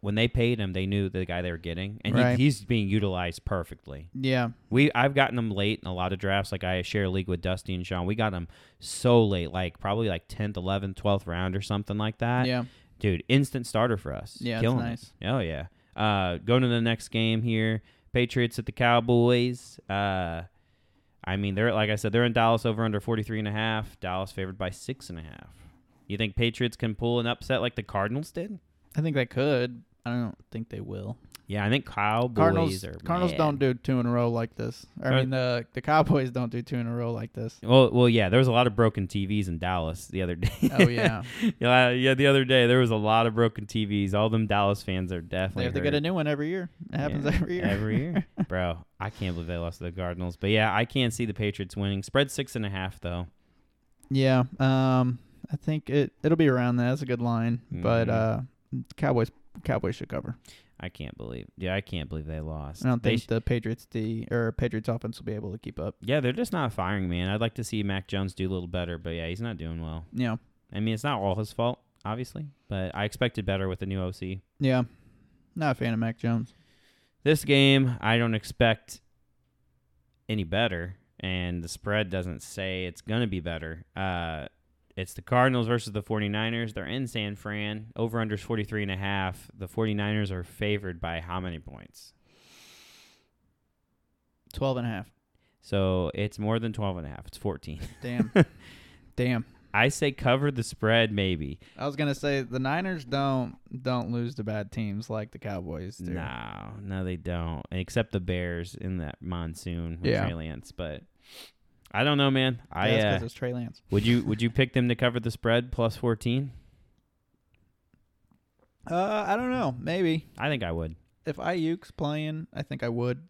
S2: when they paid him, they knew the guy they were getting, and
S3: Right.
S2: he, he's being utilized perfectly.
S3: yeah.
S2: We I've gotten him late in a lot of drafts. Like I share a league with Dusty and Sean. We got him so late, like probably like tenth, eleventh, twelfth round or something like that.
S3: yeah.
S2: dude, instant starter for us.
S3: Yeah, that's
S2: killing
S3: nice.
S2: It. Oh yeah. Uh, going to the next game here, Patriots at the Cowboys. Uh, I mean, they're like I said, they're in Dallas over under 43 and a half. Dallas favored by six and a half. You think Patriots can pull an upset like the Cardinals did?
S3: I think they could. I don't think they will.
S2: Yeah, I think Cowboys
S3: Cardinals.
S2: are
S3: Cardinals
S2: mad.
S3: don't do two in a row like this. I
S2: Uh,
S3: mean, the the Cowboys don't do two in a row like this.
S2: Well, well, yeah. There was a lot of broken TVs in Dallas the other day.
S3: Oh yeah,
S2: yeah, yeah. The other day there was a lot of broken TVs. All them Dallas fans are
S3: they
S2: definitely
S3: have to
S2: hurt.
S3: get a new one every year. It happens
S2: Yeah,
S3: every year.
S2: Every year. Bro, I can't believe they lost to the Cardinals. But yeah, I can't see the Patriots winning. Spread six and a half though.
S3: yeah. Um, I think it it'll be around that. That's a good line. But
S2: Mhm.
S3: uh, Cowboys Cowboys should cover.
S2: I can't believe. Yeah, I can't believe they lost.
S3: I don't
S2: They
S3: think
S2: sh-
S3: the Patriots D or Patriots offense will be able to keep up.
S2: yeah, they're just not firing, man. I'd like to see Mac Jones do a little better, but yeah, he's not doing well.
S3: You know,
S2: I mean, it's not all his fault. obviously, but I expected better with the new OC.
S3: Yeah. Not a fan of Mac Jones.
S2: This game, I don't expect any better, and the spread doesn't say it's going to be better. Uh, it's the Cardinals versus the 49ers. They're in San Fran. Over under 43 and a half. The 49ers are favored by how many points?
S3: 12 and a half.
S2: So it's more than 12 and a half. It's 14.
S3: Damn. Damn.
S2: I say cover the spread maybe.
S3: I was gonna say the Niners don't don't lose to bad teams like the Cowboys do.
S2: No, no, they don't. Except the Bears in that monsoon with
S3: Yeah.
S2: Trey Lance. But I don't know, man. I
S3: That's
S2: uh,
S3: because it's Trey Lance.
S2: would you would you pick them to cover the spread plus fourteen?
S3: Uh, I don't know. Maybe
S2: I think I would.
S3: if Ayuk's playing, I think I would.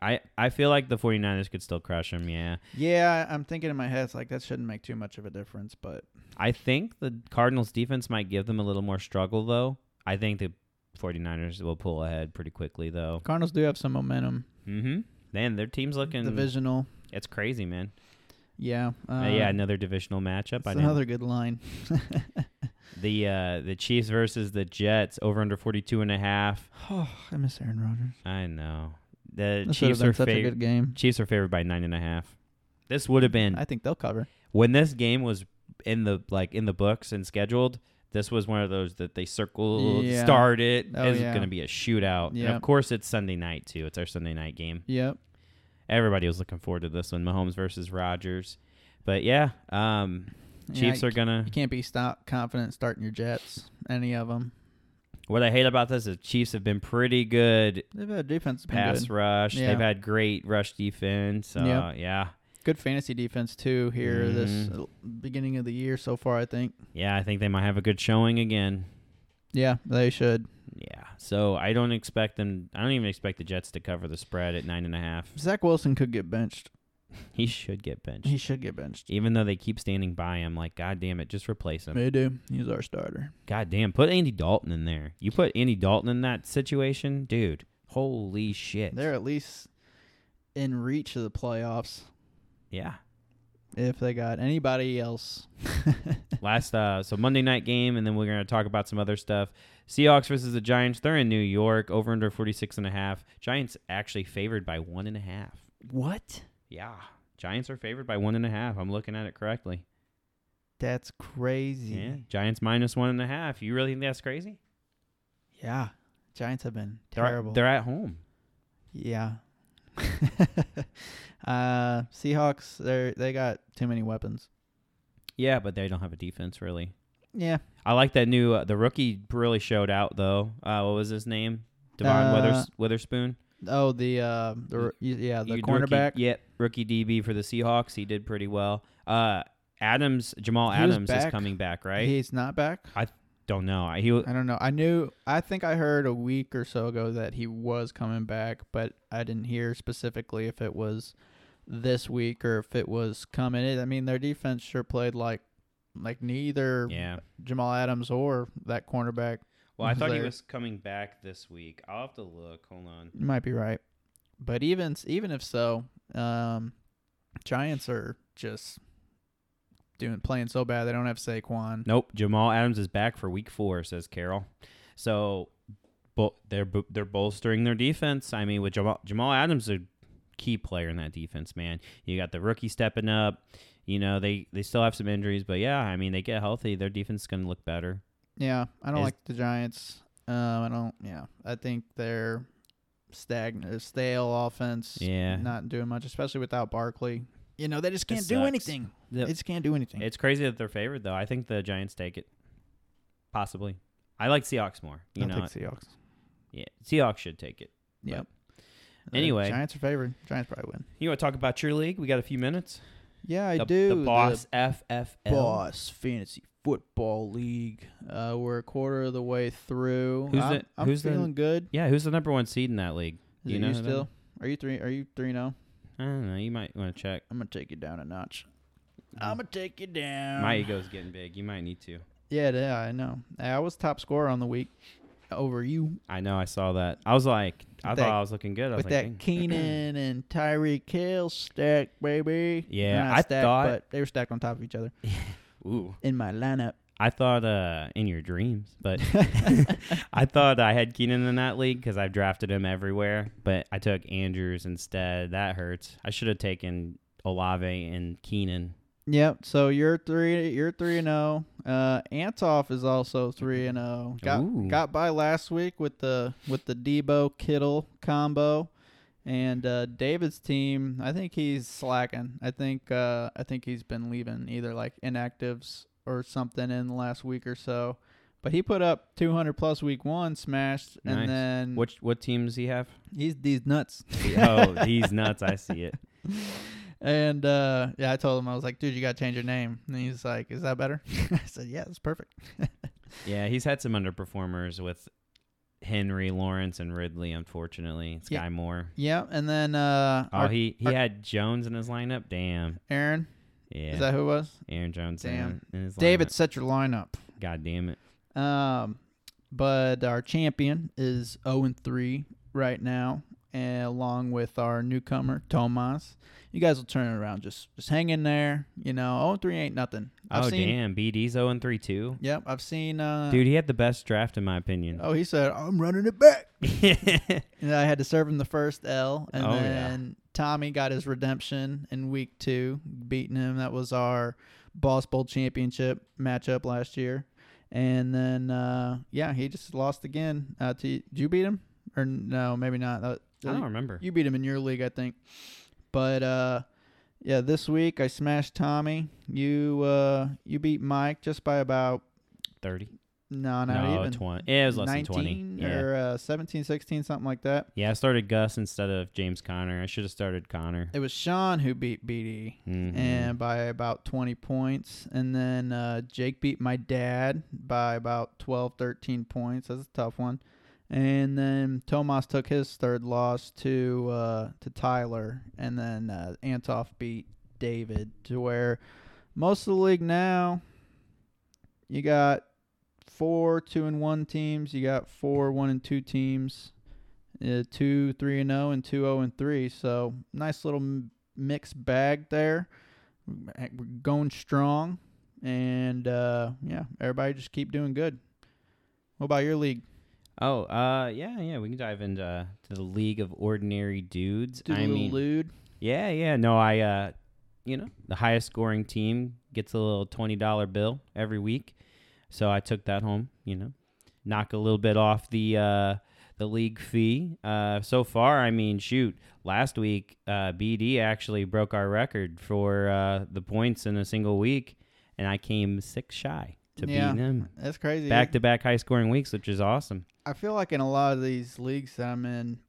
S2: I, I feel like the 49ers could still crush them, yeah.
S3: Yeah, I'm thinking in my head it's like that shouldn't make too much of a difference, but
S2: I think the Cardinals defense might give them a little more struggle, though. I think the 49ers will pull ahead pretty quickly, though.
S3: Cardinals do have some momentum.
S2: Mm-hmm. Man, their team's looking.
S3: Divisional.
S2: It's crazy, man.
S3: Yeah.
S2: Uh,
S3: Uh,
S2: yeah, another divisional matchup.
S3: That's
S2: I didn't-
S3: another good line.
S2: the uh, the Chiefs versus the Jets over under 42 and a half.
S3: oh, I miss Aaron Rodgers.
S2: I know. The
S3: This would have
S2: Chiefs
S3: been
S2: are
S3: such a
S2: favored.
S3: good game.
S2: Chiefs are favored by nine and a half. This would have been
S3: I think they'll cover.
S2: when this game was in the like in the books and scheduled. This was one of those that they circled,
S3: Yeah.
S2: starred it.
S3: Oh,
S2: it's
S3: yeah.
S2: going to be a shootout. And
S3: Yeah.
S2: of course, it's Sunday night too. It's our Sunday night game.
S3: Yep.
S2: Everybody was looking forward to this one, Mahomes versus Rogers. But yeah, um,
S3: Yeah,
S2: Chiefs
S3: I-
S2: are gonna.
S3: You can't be stop confident starting your Jets. Any of them.
S2: What I hate about this is Chiefs have been pretty good
S3: They've had defense been
S2: pass
S3: good.
S2: rush.
S3: Yeah.
S2: They've had great rush defense. Uh,
S3: Yeah.
S2: Yeah,
S3: good fantasy defense too here this
S2: Mhm.
S3: uh, beginning of the year so far. I think.
S2: yeah, I think they might have a good showing again.
S3: Yeah, they should.
S2: Yeah, so I don't expect them. I don't even expect the Jets to cover the spread at nine and a half.
S3: Zach Wilson could get benched.
S2: He should get benched,
S3: He should get benched.
S2: even though they keep standing by him. Like, god damn it, just replace him.
S3: They do. He's our starter.
S2: God damn, put Andy Dalton in there. You put Andy Dalton in that situation, dude. Holy shit.
S3: They're at least in reach of the playoffs
S2: yeah.
S3: if they got anybody else.
S2: Last uh so Monday night game and then we're gonna talk about some other stuff. Seahawks versus the Giants, they're in New York, over under forty six and a half. Giants actually favored by one and a half.
S3: What?
S2: Yeah. Giants are favored by one and a half. I'm looking at it correctly.
S3: That's crazy.
S2: Yeah. Giants minus one and a half. You really think that's crazy?
S3: Yeah. Giants have been
S2: They're at-
S3: terrible.
S2: They're, at home.
S3: yeah. uh Seahawks, they they got too many weapons.
S2: Yeah, but they don't have a defense really.
S3: Yeah.
S2: I like that new uh, the rookie really showed out though. Uh, what was his name? Devon
S3: Uh,
S2: Withers- Witherspoon,
S3: Oh, the uh the r- yeah, the
S2: You-
S3: cornerback.
S2: Rookie, yep, rookie DB for the Seahawks. He did pretty well. Uh, Adams Jamal
S3: He was
S2: Adams is
S3: back.
S2: coming back, right?
S3: He's not back.
S2: Don't know. I- He w-
S3: I don't know. I knew. I think I heard a week or so ago that he was coming back, but I didn't hear specifically if it was this week or if it was coming. It- I mean, their defense sure played like like neither
S2: yeah.
S3: Jamal Adams or that cornerback.
S2: Well, I
S3: was
S2: thought he
S3: there.
S2: was coming back this week. I'll have to look. Hold on.
S3: You might be right, but even even if so, um, Giants are just doing playing so bad they don't have Saquon.
S2: Nope. Jamal Adams is back for week four, says Carroll. So, but they're bu- they're bolstering their defense. I mean, with Jamal Jamal Adams, a key player in that defense, man. You got the rookie stepping up. You know they they still have some injuries, but yeah, I mean they get healthy, their defense is gonna look better.
S3: Yeah, I don't
S2: Is-
S3: like the Giants. Um, I don't. Yeah, I think they're stagnant, stale offense.
S2: Yeah.
S3: not doing much, especially without Barkley. You know, they just can't do
S2: sucks.
S3: anything.
S2: The-
S3: They just can't do anything.
S2: It's crazy that they're favored though. I think the Giants take it, possibly. I like Seahawks more. You
S3: I
S2: know,
S3: think Seahawks.
S2: yeah, Seahawks should take it.
S3: Yep.
S2: but- Anyway.
S3: Giants are favored. Giants probably win.
S2: You want to talk about your league? We got a few minutes.
S3: Yeah, I
S2: the,
S3: do.
S2: The boss FFL.
S3: Boss Fantasy Football League. Uh, we're a quarter of the way through.
S2: Who's
S3: I'm,
S2: the-
S3: I'm
S2: who's the-
S3: feeling good.
S2: Yeah, who's the number one seed in that league?
S3: Is
S2: You
S3: it
S2: know
S3: you
S2: who that
S3: still? Are you three? Are you three? No.
S2: I don't know. You might want to check.
S3: I'm gonna take you down a notch. I'm gonna take you down.
S2: My ego's getting big. You might need to.
S3: Yeah, yeah, I know. I was top scorer on the week over you
S2: I know. I saw that. I was like, I
S3: With
S2: thought
S3: that-
S2: I was looking good. I was
S3: with
S2: like,
S3: that
S2: dang.
S3: Keenan and Tyreek Hill stack, baby.
S2: Yeah,
S3: Not
S2: I
S3: stacked,
S2: thought-
S3: but they were stacked on top of each other
S2: ooh,
S3: in my lineup.
S2: I thought uh, in your dreams, but I thought I had Keenan in that league because I've drafted him everywhere. But I took Andrews instead. That hurts. I should have taken Olave and Keenan.
S3: Yep. So you're three. You're three and zero. Uh, Antoff is also three and zero. Got
S2: Ooh.
S3: got by last week with the with the Debo Kittle combo, and uh, David's team. I think he's slacking. I think uh, I think he's been leaving either like inactives or something in the last week or so. But he put up 200 plus week one, smashed,
S2: Nice.
S3: and then
S2: Which what teams does he have?
S3: he's these nuts.
S2: oh, he's nuts. I see it.
S3: And uh, yeah, I told him I was like, dude, you gotta change your name. And he's like, is that better? I said, yeah, it's perfect.
S2: Yeah, he's had some underperformers with Henry, Lawrence, and Ridley. Unfortunately, Sky
S3: Yeah.
S2: Moore.
S3: yeah. And then uh,
S2: Oh,
S3: our-
S2: he he
S3: our-
S2: had Jones in his lineup. Damn.
S3: Aaron,
S2: Yeah.
S3: is that who it was?
S2: Aaron Jones. in-
S3: Damn.
S2: In his
S3: David
S2: lineup.
S3: set your lineup.
S2: God damn it.
S3: Um, but our champion is zero and three right now, and along with our newcomer Tomas. You guys will turn it around. Just just hang in there. You know, zero and three ain't nothing. I've
S2: oh
S3: seen,
S2: damn. BD's 0 and 3 too.
S3: Yep, I've seen. Uh,
S2: Dude, he had the best draft in my opinion.
S3: Oh, he said, I'm running it back.
S2: yeah.
S3: And I had to serve him the first L, and
S2: Oh, yeah.
S3: then Tommy got his redemption in week two, beating him. That was our Boss Bowl championship matchup last year, and then uh, yeah, he just lost again. Uh, to, did you beat him or no? Maybe not. Uh,
S2: I don't remember.
S3: you beat him in your league, I think. But uh, yeah, this week I smashed Tommy. You uh, you beat Mike just by about
S2: 30.
S3: no, not
S2: No,
S3: even
S2: 20. Yeah, it was less than 20.
S3: 19
S2: Yeah.
S3: or uh, 17, 16, something like that.
S2: yeah, I started Gus instead of James Conner. I should have started Connor.
S3: It was Sean who beat BD
S2: Mhm.
S3: and by about 20 points. And then uh, Jake beat my dad by about 12, 13 points. That's a tough one. And then Tomas took his third loss to uh, to Tyler. And then uh, Antoff beat David to where most of the league now, you got four two and one teams. You got four one and two teams. Uh, two three and zero and two zero and three. So nice little m- mixed bag there. We're going strong, and uh, yeah, everybody just keep doing good. What about your league?
S2: Oh, uh, yeah, yeah. We can dive into uh, to the League of Ordinary Dudes.
S3: Do a
S2: I
S3: little
S2: mean,
S3: lewd.
S2: yeah, yeah. No, I, uh, you know, the highest scoring team gets a little twenty dollar bill every week. So I took that home. You know, knock a little bit off the uh, the league fee. Uh, so far, I mean, shoot, last week uh, BD actually broke our record for uh, the points in a single week, and I came six shy to
S3: Yeah.
S2: beating him.
S3: That's crazy.
S2: Back to back high scoring weeks, which is awesome.
S3: I feel like in a lot of these leagues that I'm in,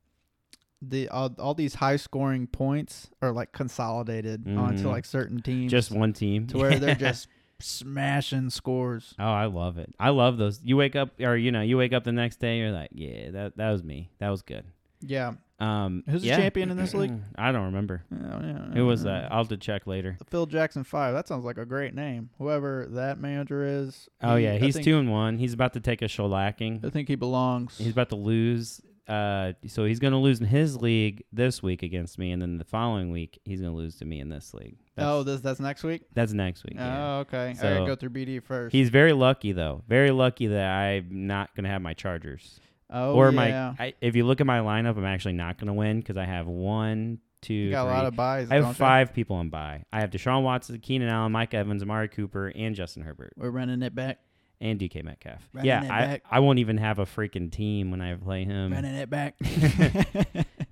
S3: the all, all these high scoring points are like consolidated onto
S2: Mhm.
S3: like certain teams.
S2: Just one team
S3: to where they're just smashing scores.
S2: Oh, I love it. I love those. You wake up, or you know, you wake up the next day, you're like, yeah, that that was me. That was good.
S3: Yeah.
S2: Um,
S3: Who's the
S2: yeah.
S3: champion in this league?
S2: I don't remember.
S3: Oh, yeah.
S2: Who was that? I'll have to check later.
S3: The Phil Jackson Five. That sounds like a great name. Whoever that manager is.
S2: Oh yeah,
S3: I
S2: he's
S3: think-
S2: two and one. He's about to take a
S3: I
S2: shellacking.
S3: think he belongs.
S2: He's about to lose. Uh, so he's gonna lose in his league this week against me, and then the following week he's gonna lose to me in this league. That's,
S3: oh, this that's next week.
S2: that's next week. yeah.
S3: Oh, okay. I
S2: So-
S3: go through BD first.
S2: He's very lucky though. Very lucky that I'm not gonna have my Chargers.
S3: oh,
S2: or
S3: yeah.
S2: my I, if you look at my lineup, I'm actually not going to win because I have one, two,
S3: You got a lot
S2: three-
S3: of buys.
S2: I
S3: don't
S2: have
S3: you?
S2: five people on buy. I have Deshaun Watson, Keenan Allen, Mike Evans, Amari Cooper, and Justin Herbert,
S3: We're running it back.
S2: and DK Metcalf.
S3: Running
S2: yeah,
S3: it
S2: I,
S3: back.
S2: I won't even have a freaking team when I play him.
S3: Running it back.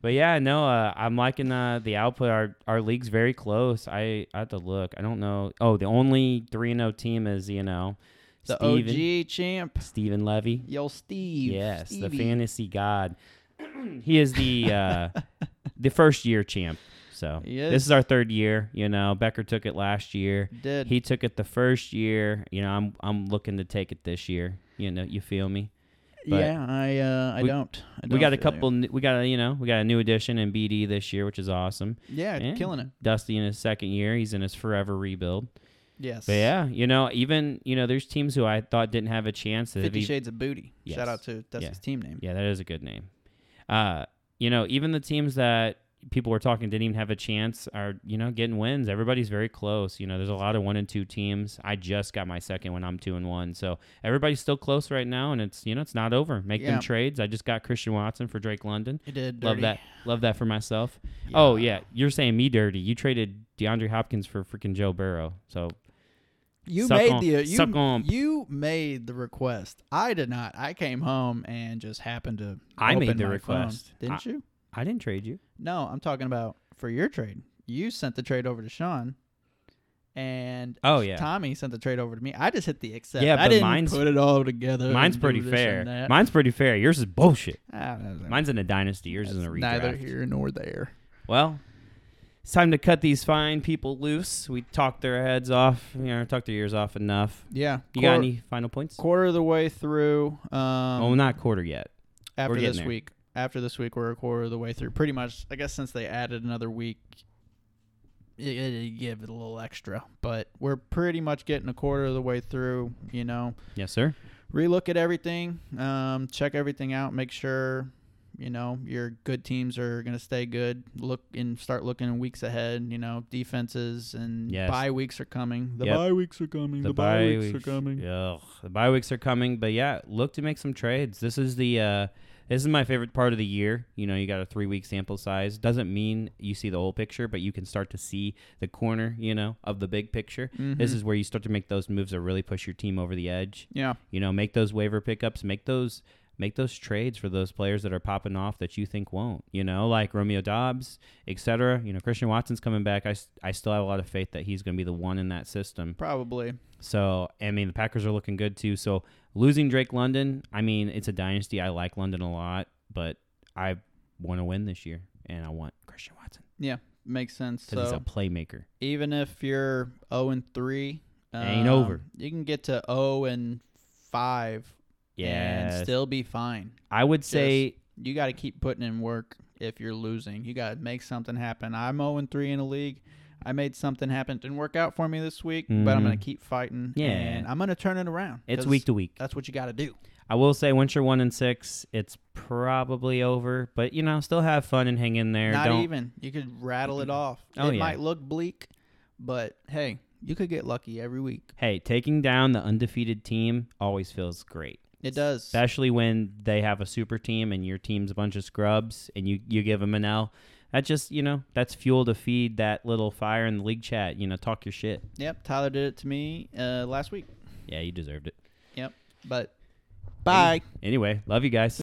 S2: But yeah, no, uh, I'm liking uh, the output. Our our league's very close. I, I have to look. I don't know. Oh, the only three and zero team is you know
S3: the
S2: Steven,
S3: OG champ.
S2: Steven Levy.
S3: Yo, Steve.
S2: Yes, the
S3: Stevie.
S2: fantasy god. he is the uh, the first year champ. So
S3: He
S2: this
S3: is.
S2: is our third year. You know, Becker took it last year.
S3: Did.
S2: He took it the first year. You know, I'm I'm looking to take it this year. You know, you feel me? but-
S3: yeah, I uh, I
S2: We-
S3: don't. I
S2: we
S3: don't
S2: got a
S3: feel you.
S2: couple. n We got a you know we got a new addition in BD this year, which is awesome.
S3: Yeah,
S2: And
S3: killing it.
S2: Dusty in his second year. He's in his forever rebuild.
S3: Yes.
S2: But yeah, you know, even you know, there's teams who I thought didn't have a chance. that have
S3: Fifty
S2: e-
S3: Shades of Booty.
S2: Yes.
S3: Shout out to that's his team name.
S2: Yeah, that is a good name. Uh, you know, even the teams that people we're talking didn't even have a chance are you know getting wins. Everybody's very close. You know, there's a lot of one and two teams. I just got my second one. I'm two and one, so everybody's still close right now, and it's you know it's not over. Make
S3: Yeah.
S2: them trades. I just got Christian Watson for Drake London.
S3: It did.
S2: Love that. Love that for myself. Oh yeah, you're saying me dirty. You traded DeAndre Hopkins for freaking Joe Burrow. So
S3: You
S2: Suck
S3: made
S2: on-
S3: the
S2: suck
S3: you,
S2: on.
S3: you made the request. I did not. I came home and just happened to.
S2: I made
S3: open
S2: the
S3: my phone.
S2: request.
S3: didn't
S2: I-
S3: you?
S2: I didn't trade you.
S3: No, I'm talking about for your trade. You sent the trade over to Sean, and
S2: Oh, yeah.
S3: Tommy sent the trade over to me. I just hit the accept.
S2: Yeah,
S3: I
S2: but
S3: didn't
S2: mine's-
S3: put it all together.
S2: Mine's
S3: and do
S2: pretty
S3: this
S2: fair.
S3: and that.
S2: Mine's pretty fair. Yours is bullshit.
S3: Ah, that doesn't-
S2: Mine's in a dynasty. Yours is in a redraft.
S3: neither here nor there.
S2: Well, it's time to cut these fine people loose. We talked their heads off. You know, talked their ears off enough.
S3: Yeah,
S2: You
S3: quar-
S2: got any final points?
S3: quarter of the way through. Um,
S2: oh, not quarter yet.
S3: after
S2: getting
S3: this
S2: there.
S3: week. After this week, we're a quarter of the way through. Pretty much, I guess since they added another week, it, it, it give it a little extra. But we're pretty much getting a quarter of the way through. You know,
S2: Yes, sir.
S3: relook at everything, um, check everything out, make sure you know your good teams are going to stay good. Look and start looking weeks ahead. You know, defenses and
S2: Yes.
S3: bye weeks are coming. The
S2: Yep.
S3: bye weeks are coming. The, bye, weeks, are coming.
S2: Ugh, the bye weeks are coming, but yeah, look to make some trades. This is the uh, this is my favorite part of the year. You know, you got a three week sample size. Doesn't mean you see the whole picture, but you can start to see the corner. You know, of the big picture.
S3: Mm-hmm.
S2: This is where you start to make those moves that really push your team over the edge.
S3: Yeah.
S2: You know, make those waiver pickups, make those make those trades for those players that are popping off that you think won't. You know, like Romeo Dobbs, etc. You know, Christian Watson's coming back. I, s- I still have a lot of faith that he's going to be the one in that system.
S3: Probably.
S2: So, I mean, the Packers are looking good too. So, losing Drake London, I mean, it's a dynasty. I like London a lot, but I want to win this year, and I want Christian Watson
S3: Yeah. Makes sense.
S2: because he's
S3: So-
S2: a playmaker.
S3: even if you're 0 and 3
S2: Ain't
S3: um,
S2: over.
S3: you can get to 0 and 5
S2: Yeah,
S3: and still be fine
S2: I would say
S3: you got to keep putting in work if you're losing you got to make something happen i'm 0 and 3 in a league i made something happen didn't work out for me this week but i'm
S2: Mhm.
S3: gonna keep fighting
S2: Yeah.
S3: and i'm gonna turn it around
S2: it's
S3: 'cause
S2: week to week.
S3: that's what you got to do
S2: I will say once you're one and six, it's probably over. But you know, still have fun and hang in there.
S3: not
S2: Don't,
S3: even you could rattle it off
S2: Oh,
S3: it
S2: yeah.
S3: might look bleak but hey you could get lucky every week
S2: Hey, taking down the undefeated team always feels great,
S3: it does
S2: especially when they have a super team and your team's a bunch of scrubs, and you you give them an L. That just you know that's fuel to feed that little fire in the league chat. You know, talk your shit.
S3: Yep, Tyler did it to me uh, last week.
S2: Yeah, you deserved it.
S3: Yep, but bye.
S2: Anyway, love you guys.